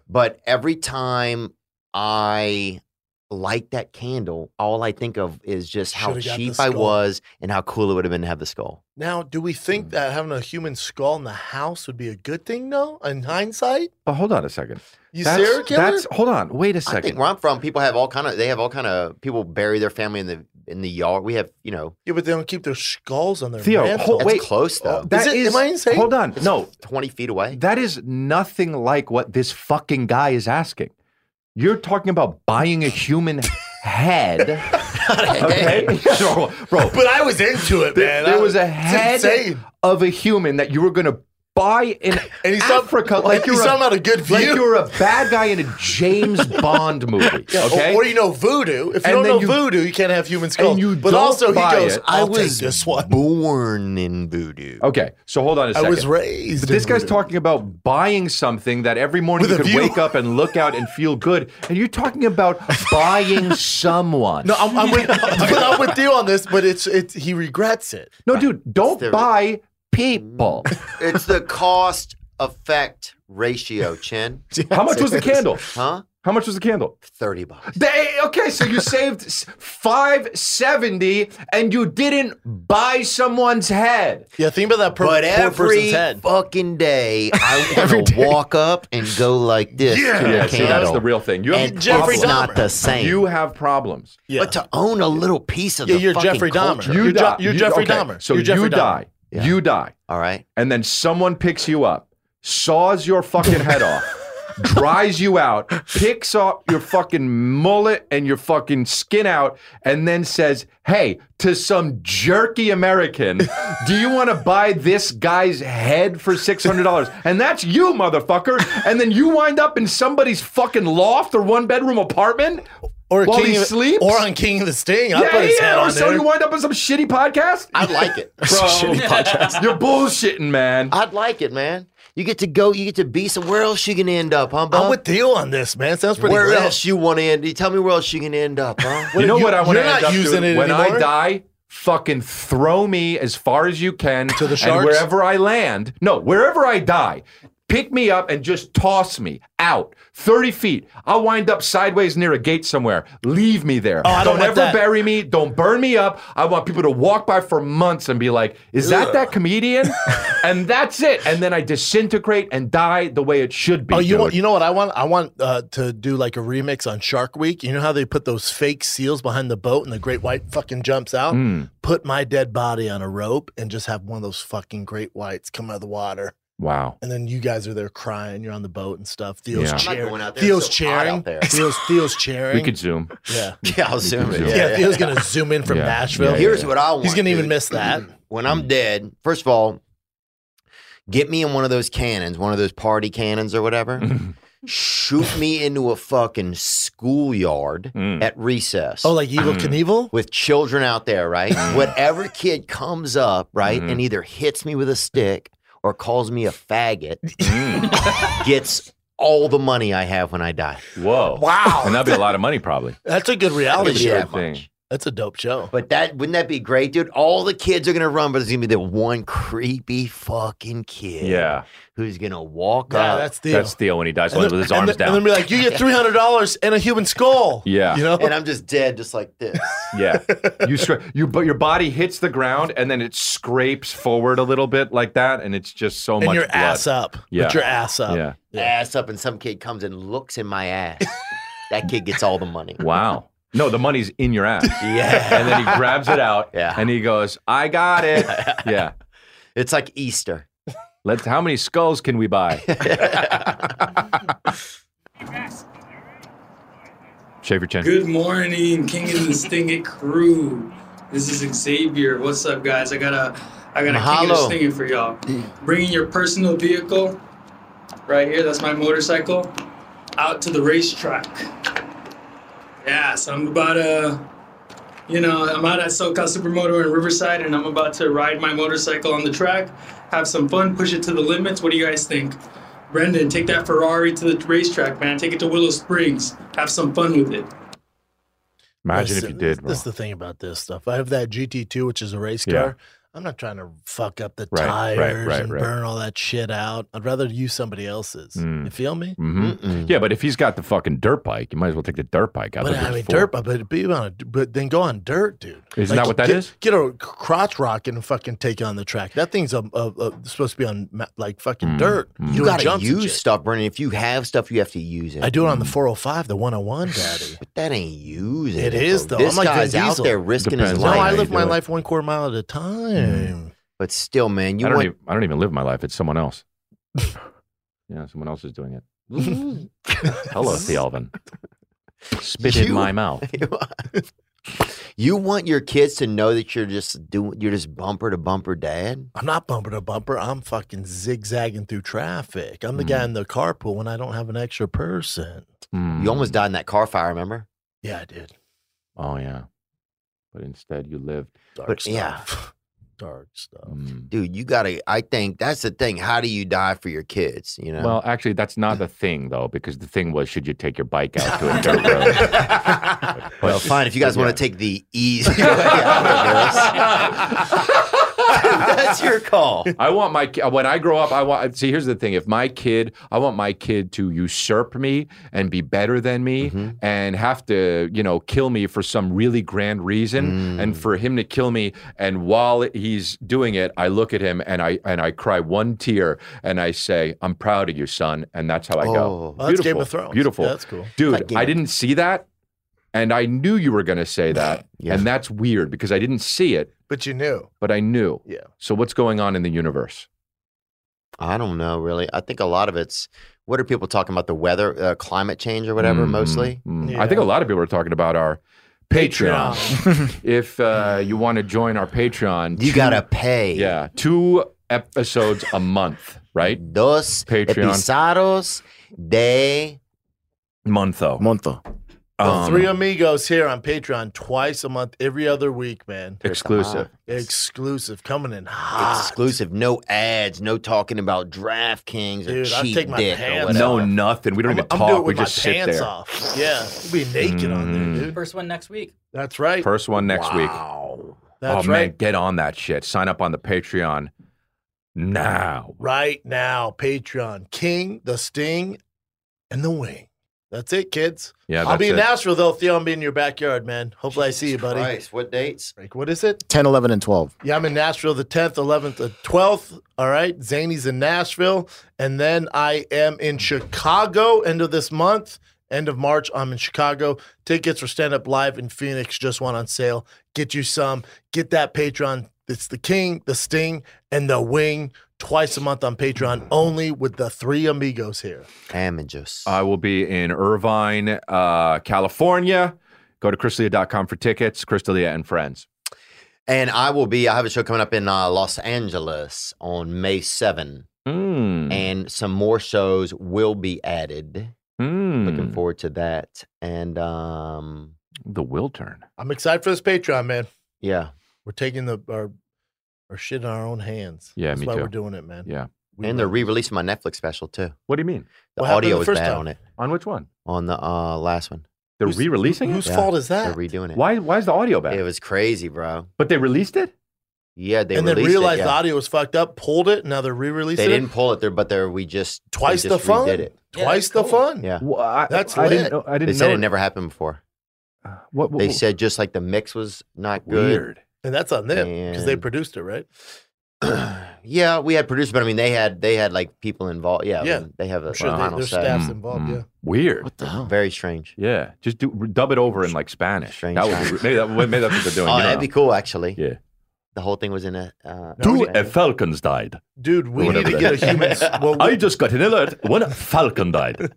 S3: But every time I light that candle, all I think of is just how
S1: Shoulda got the
S3: cheap I
S1: skull.
S3: was and how cool it would have been to have the skull.
S1: Now, do we
S4: Mm.
S1: think that having a human skull in the house would be a good thing, though? In hindsight,
S4: But hold on a second.
S1: You
S4: that's,
S1: serial killer?
S4: That's hold on. Wait a
S3: I think
S4: second.
S3: where I'm from, people have all kind of they have all kind of people bury their family in the in the yard. We have you know
S1: yeah, but they don't keep their skulls on their
S4: Theo,
S1: mantle.
S4: hold, wait.
S3: close though.
S4: That
S1: Is it-
S4: is-
S1: am I insane?
S4: Hold on. No,
S3: twenty feet away.
S4: that is nothing like what this fucking guy is asking. You're talking about buying a human head. okay, bro. bro,
S1: But I was into it,
S4: There,
S1: man.
S4: there
S1: I-
S4: was a
S1: it's
S4: head
S1: insane.
S4: of a human that you were going to buy in
S1: And he's some-
S4: Africa, like
S1: he's
S4: you're
S1: somehow a good
S4: like
S1: view.
S4: you're a bad guy in a James Bond movie.
S1: Yeah, or-
S4: okay,
S1: Or, you know voodoo. If you
S4: And
S1: don't
S4: then
S1: know
S4: you-
S1: voodoo, you can't have human skulls.
S4: you
S1: but
S4: don't
S1: also, he
S4: buy
S1: goes,
S4: it.
S1: i
S4: I'll
S1: was
S4: take
S1: this one.
S3: born in voodoo.
S4: Okay, so hold on a
S1: I
S4: second.
S1: was raised
S4: But this
S1: in
S4: guy's
S1: voodoo.
S4: talking about buying something that every
S1: With
S4: morning you
S1: a
S4: could
S1: view.
S4: wake up and look out and feel good, and you're talking about buying someone.
S1: No, I'm, I'm with, but I'm with you on this. But it's it's he regrets it.
S4: No, dude, don't buy people.
S3: It's the cost effect ratio, Chin.
S4: How much was the candle?
S3: Huh?
S4: How much was the candle?
S3: 30 bucks.
S4: They, okay, so you saved s- 570 and you didn't buy someone's head.
S1: Yeah, think about that per,
S3: But
S1: poor
S3: every
S1: person's head.
S3: fucking day, I want to walk up and go like this to the
S4: see,
S3: candle.
S4: that's the real thing. You have
S3: and
S4: problems.
S3: it's not the same.
S4: You have problems.
S3: But to own a little piece of
S1: Yeah,
S3: the
S1: you're
S3: fucking
S1: Jeffrey Dahmer.
S3: culture.
S1: You're
S4: You
S1: Je-
S4: die.
S1: you're
S4: You-
S1: Jeffrey
S4: okay,
S1: Dahmer.
S4: So
S1: You're Jeffrey
S4: you
S1: Dahmer.
S4: die. You die.
S3: All right.
S4: and then someone picks you up, saws your fucking head off, dries you out, picks up your fucking mullet and your fucking skin out, and then says, Hey, to some jerky American, do you want to buy this guy's head for $600? And that's you, motherfucker. And then you wind up in somebody's fucking loft or one bedroom apartment.
S1: Or
S4: while
S1: King
S4: he
S1: of-
S4: sleeps,
S1: or on King of the Sting.
S4: Yeah,
S1: I'll put his
S4: yeah,
S1: head
S4: or
S1: on
S4: so
S1: there.
S4: you wind up on some shitty podcast.
S3: I'd like it.
S4: Bro. Shitty podcast. You're bullshitting, man.
S3: I'd like it, man. You get to go. You get to be. So where else you gonna end up, huh?
S1: I'm with Theo on this, man. Sounds pretty
S3: Where
S1: lit.
S3: else you want to end? You tell me where else you gonna end up, huh?
S4: you know what I want to
S1: you're
S4: end
S1: not
S4: up
S1: using
S4: doing?
S1: it
S4: when I
S1: anymore.
S4: die. Fucking throw me as far as you can to the
S1: sharks?
S4: And wherever I land, no, wherever I die, pick me up and just toss me out thirty feet. I'll wind up sideways near a gate somewhere. Leave me there.
S1: Oh, I don't want
S4: ever
S1: that.
S4: bury me. Don't burn me up. I want people to walk by for months and be like, "Is that
S1: Ugh.
S4: that comedian?" and that's it. And then I disintegrate and die the way it should be.
S1: Oh, you
S4: dude.
S1: want, you know what I want? I want uh, to do like a remix on Shark Week. You know how they put those fake seals behind the boat and the great white fucking jumps out?
S4: Mm.
S1: Put my dead body on a rope and just have one of those fucking great whites come out of the water.
S4: Wow.
S1: And then you guys are there crying. You're on the boat and stuff. Theo's
S4: Yeah. I'm not
S1: cheering.
S3: going out there.
S1: Theo's
S3: It's so hot out
S1: cheering.
S3: there.
S1: Theo's, Theo's cheering.
S4: We could zoom.
S1: Yeah.
S3: Yeah, I'll zoom in.
S1: Yeah, Theo's going to zoom in from
S3: Yeah.
S1: Nashville.
S3: Here's what I want.
S1: He's going to even
S3: dude.
S1: miss that.
S3: when I'm dead, first of all, get me in one of those cannons, one of those party cannons or whatever. Shoot me into a fucking schoolyard
S4: Mm.
S3: at recess.
S1: Oh, like Evil Knievel?
S3: With children out there, right?
S4: Mm.
S3: Whatever kid comes up, right,
S1: Mhm.
S3: and either hits me with a stick or calls me a faggot gets all the money I have when I die.
S4: Mm. Whoa.
S1: Wow.
S4: And that'd be a lot of money, probably.
S1: That's a good reality
S3: That'd be a
S1: show.
S3: good thing.
S1: That's a dope show.
S3: But that wouldn't that be great, dude? All the kids are gonna run, but there's gonna be that one creepy fucking kid.
S4: Yeah.
S3: Who's gonna walk
S1: Yeah,
S3: up?
S1: that's Theo. That's
S4: Theo when he dies
S1: And then- and then- And then be like, you get three hundred dollars and a human skull.
S4: Yeah.
S1: you know.
S3: and I'm just dead, just like this.
S4: Yeah, you scra- you but your body hits the ground and then it scrapes forward a little bit like that, and it's just so
S1: And
S4: much.
S1: your
S4: blood.
S1: ass up. Put
S4: Yeah,
S1: your ass up.
S4: Yeah.
S3: Ass up, and some kid comes and looks in my ass. that kid gets all the money.
S4: Wow. No, the money's in your ass.
S3: Yeah.
S4: And then he grabs it out.
S3: Yeah.
S4: And he goes, "I got it." Yeah.
S3: It's like Easter.
S4: Let's. How many skulls can we buy? Shave your chin.
S9: Good morning, King of the Sting It crew. This is Xavier. What's up, guys? I got a, I got a King of the
S3: Mahalo.
S9: Sting It for y'all. Bringing your personal vehicle, right here. That's my motorcycle, out to the racetrack. Yeah, so I'm about to, you know, I'm out at SoCal Supermoto in Riverside, and I'm about to ride my motorcycle on the track, have some fun, push it to the limits. What do you guys think? Brendan, take that Ferrari to the racetrack, man. Take it to Willow Springs. Have some fun with it.
S4: Imagine if
S1: Listen,
S4: you did,
S1: This,
S4: bro.
S1: this is the thing about this stuff. I have that GT2, which is a race car.
S4: Yeah.
S1: I'm not trying to fuck up the
S4: Right, right,
S1: tires
S4: right,
S1: and
S4: right.
S1: burn all that shit out. I'd rather use somebody else's.
S4: Mm.
S1: You feel me?
S4: hmm Yeah, but if he's got the fucking dirt bike, you might as well take the dirt bike out.
S1: But
S4: That's what
S1: I
S4: it's
S1: mean,
S4: for.
S1: dirt, but be on a, but then go on dirt, dude.
S4: Isn't that what that
S1: that is?
S4: is?
S1: get, a crotch rocket and fucking take it on the track. That thing's a, a, a, supposed to be on ma- like fucking
S4: Mm-hmm. Mm,
S1: dirt.
S3: You
S1: Doing
S3: gotta
S1: jumps and
S3: use
S1: shit.
S3: stuff, Brendan. If you have stuff, you have to use it.
S1: I do it on the 405, the 101, daddy.
S3: But that ain't using
S1: It is, though. I'm
S3: This
S1: like Vin
S3: guy's out
S1: Diesel.
S3: there risking his
S4: Depends
S1: No,
S4: on
S3: life.
S4: how
S1: I
S4: you
S1: live
S4: do
S1: my
S4: it.
S1: life one quarter mile at
S4: Mm.
S1: a time.
S3: But still, man, you
S4: I don't,
S3: want
S4: even, I don't even live my life. It's someone else. yeah, someone else is doing it. Hello, Thealvin. Spit in
S3: You-
S4: my mouth.
S3: you want your kids to know that you're just doing you're just bumper to bumper dad.
S1: I'm not bumper to bumper. I'm fucking zigzagging through traffic. I'm the
S4: Mm.
S1: guy in the carpool when I don't have an extra person.
S4: Hmm.
S3: You almost died in that car fire, remember?
S1: Yeah, I did.
S4: Oh yeah, but instead you lived. Hmm.
S1: Dark
S3: But
S1: stuff.
S3: yeah,
S1: Dark stuff.
S3: dude, you gotta. I think that's the thing. How do you die for your kids? You know.
S4: Well, actually, that's not the thing though, because the thing was, should you take your bike out to a dirt road?
S3: Well, fine. If you guys
S4: but
S3: want to take the easy way out of this, that's your call.
S4: I want my ki- when I grow up, I want. See, here's the thing: if my kid, I want my kid to usurp me and be better than me,
S1: Mm-hmm.
S4: and have to, you know, kill me for some really grand
S1: Mm.
S4: reason, and for him to kill me. And while he's doing it, I look at him and I and I cry one tear and I say, "I'm proud of you, son." And that's how I
S1: Oh.
S4: go.
S1: Well, that's Game of Thrones.
S4: Beautiful.
S1: Yeah, that's cool.
S3: Like
S4: dude.
S3: Game
S4: I
S3: of-
S4: didn't see that, and I knew you were going to say that,
S3: Yeah.
S4: and that's weird because I didn't see it,
S1: But you knew.
S4: but I knew.
S1: Yeah.
S4: So what's going on in the universe?
S3: I don't know, really. I think a lot of it's what are people talking about? The weather, uh, climate change, or whatever,
S4: Mm,
S3: mostly.
S4: mm. I think a lot of people are talking about our Patreon. if uh, you want to join our Patreon, you got
S3: to pay.
S4: Yeah, two episodes a month, right?
S3: Dos episodios de
S4: Montho.
S7: Montho.
S1: The
S4: Um,
S1: three amigos here on Patreon twice a month, every other week, man.
S3: Exclusive.
S1: Exclusive. Coming in hot.
S3: Exclusive, no ads, no talking about DraftKings or
S1: Dude, I'd
S3: cheap
S1: take my
S3: dick or
S1: pants
S3: whatever.
S4: No, nothing. We don't even
S1: I'm
S4: talk.
S1: doing it
S4: we
S1: with my
S4: just sit
S1: pants
S4: there.
S1: off. Yeah. We'll be naked on
S4: Mm.
S1: there, dude.
S8: First one next week.
S1: That's right.
S4: First one next week.
S1: Wow.
S4: oh
S1: That's
S4: man,
S1: right.
S4: get on that shit. Sign up on the Patreon now.
S1: Right now, Patreon. King, the Sting, and the Wing. That's it, kids.
S4: Yeah,
S1: I'll be in
S4: that's it.
S1: Nashville though. Theo, I'm be in your backyard, man. Hopefully I see you, buddy.
S3: Christ, what dates?
S1: Like, what is it?
S7: 10, 11, and 12.
S1: Yeah, I'm in Nashville the 10th, 11th, and 12th. All right. Zany's in Nashville. And then I am in Chicago end of this month. End of March, I'm in Chicago. Tickets for Stand Up Live in Phoenix just went on sale. Get you some. Get that Patreon. It's the King, the Sting, and the Wing twice a month on Patreon, only with the three amigos here.
S3: Damages.
S4: I will be in Irvine, uh, California. Go to chrisleah.com for tickets. Chrisleah and friends.
S3: And I will be, I have a show coming up in uh, Los Angeles on May 7.
S4: Hmm.
S3: And some more shows will be added. Looking forward to that. And um,
S4: Hmm. the will turn.
S1: I'm excited for this Patreon, man.
S3: Yeah.
S1: We're taking the our our shit in our own hands.
S3: Yeah,
S1: That's
S3: me
S1: why
S3: too.
S1: we're doing it, man.
S4: Yeah.
S1: We
S3: and they're re releasing my Netflix special too.
S4: What do you mean?
S3: The
S1: What happened
S3: audio
S1: the
S3: was
S1: first
S3: bad
S1: time?
S3: on it.
S4: On which one?
S3: On the uh, last one.
S4: They're Whose- re-releasing it? whose fault is
S3: They're
S4: that?
S3: redoing it.
S4: Why? Why is the audio bad?
S3: It was crazy, bro.
S4: But they released it.
S3: Yeah, they
S1: and then
S3: released
S1: realized
S3: it.
S1: the
S3: yeah.
S1: audio was fucked up, pulled it, now they're re-releasing
S3: They didn't
S1: it.
S3: pull it there, but there we just we
S1: Twice the
S3: just
S1: fun.
S3: redid it.
S1: Twice the fun.
S3: Yeah,
S1: that's
S4: I
S1: lit.
S4: didn't know- I
S3: They
S4: didn't
S3: said
S4: know
S3: it
S4: it- Uh,
S3: never happened before.
S4: What,
S3: they
S4: what-
S3: said just like the mix was not
S4: Weird.
S1: And that's on them because they
S3: And-
S1: produced it, right?
S3: good. Yeah, we had producers, but I mean they had they had like people involved. Yeah, I
S1: Yeah.
S3: mean, they have a
S1: I'm sure they-
S3: final
S1: their
S3: say.
S1: staff's involved, yeah.
S4: Mm. Weird. What
S3: the hell? Very strange.
S4: Yeah, just do dub it over in like Spanish.
S3: Strange
S4: That would
S3: times.
S4: be, maybe that maybe that's what they're doing.
S3: Oh,
S4: you
S3: that'd
S4: know.
S3: be cool actually.
S4: Yeah.
S3: The whole thing was in a uh,
S4: Two
S3: Spanish.
S4: uh, falcons died.
S1: Dude, we need to get a human. s- Well,
S4: I
S1: we,
S4: just got an alert. One falcon died.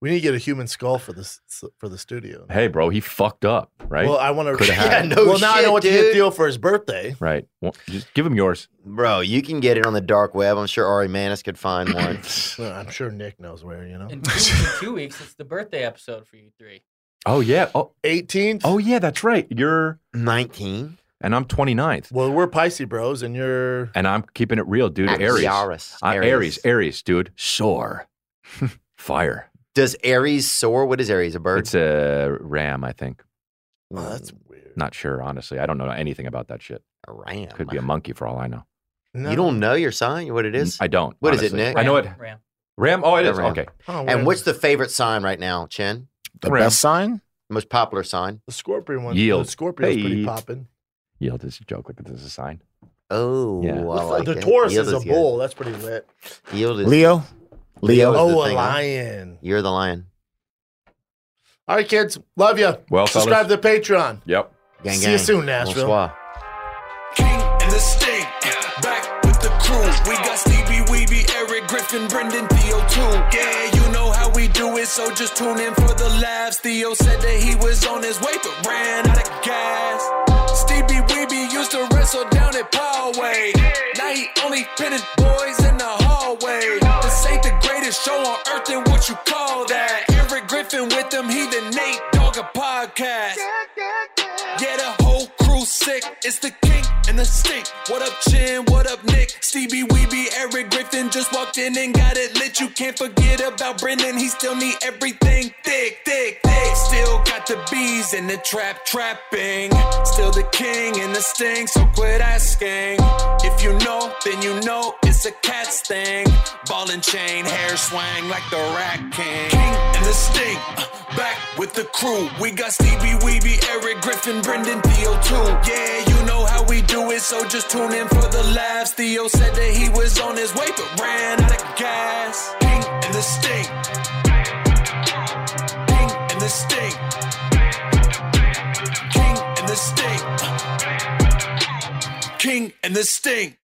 S1: we need to get a human skull for this for the studio.
S4: Hey, bro, he fucked up, right?
S1: Well, I want to.
S4: Coulda had it.
S1: well, now I know what to get Theo for his birthday.
S4: Right. Well, just give him yours.
S3: Bro, you can get it on the dark web. I'm sure Ari Manis could find one.
S1: Well, I'm sure Nick knows where. You know,
S8: In two, in two weeks, it's the birthday episode for you three.
S4: Oh yeah. Oh,
S1: 18th.
S4: Oh yeah, that's right. You're
S3: 19.
S4: And I'm 29th.
S1: Well, we're Pisces bros, and you're
S4: And I'm keeping it real, dude. Aries.
S3: Aries.
S4: I'm
S3: Aries.
S4: Aries. Aries, dude. Soar. Fire.
S3: Does Aries soar? What is Aries? A bird?
S4: It's a ram, I think.
S1: Oh, that's
S4: Not sure, honestly. I don't know anything about that shit.
S3: A ram.
S4: Could be a monkey for all I know.
S3: You don't know your sign, what it is?
S4: I don't.
S3: What is it,
S4: honestly.
S3: Nick?
S4: I know it.
S8: Ram.
S4: Ram? Oh, it is.
S3: Ram.
S4: Okay.
S3: and what's the favorite sign right now, Chen?
S7: The Ram. best sign?
S3: Most popular sign?
S1: The scorpion one.
S4: Yield.
S1: The scorpion's
S4: Hey.
S1: pretty popping.
S4: Yield is a joke. Look at this is a sign.
S3: Oh,
S4: Yeah.
S3: I
S4: What's
S3: like
S1: the
S3: that.
S1: Taurus
S3: Yield
S1: is a
S3: good.
S1: bull. That's pretty lit.
S3: Yield is
S7: Leo?
S3: Leo. is
S1: Oh,
S3: the
S1: a
S3: thing, huh?
S1: lion.
S3: You're the lion.
S1: All right, kids. Love you.
S3: Well,
S1: subscribe to Patreon.
S4: Yep.
S3: Gang,
S1: See
S3: gang.
S1: you soon, Nashville.
S3: Bonsoir.
S20: and the sting. Back with the crew. We got Stevie Weeby, Eric Griffin, Brendan Theo too. Yeah, you know how we do it, so just tune in for the laughs. Theo said that he was on his way, but ran out of gas. Stevie Weeby used to wrestle down at Poway. Now he only finished boys in the hallway. This ain't the greatest show on earth, and what you call that? Eric Griffin with them, he the Nate Dogger podcast. Yeah, the whole crew sick. It's the king and the stink. What up, Chin? What up, Nick? Stevie Weeby, Eric Griffin just walked in and got it lit. You can't forget about Brendan. He still need everything thick, thick, thick. Still got the bees in the trap, trapping. Still the king and the sting. So quit asking. If you know, then you know it's a cat's thing. Ball and chain, hair swang like the Rat King. King and the stink. Back with the crew. We got Stevie Weeby, Eric Griffin, Brendan Theo too. Yeah, you know how we do it, so just tune in for the laughs. Theo said that he was on his way, but ran out of gas. King and the stink. King and the stink. King and the stink. King and the stink.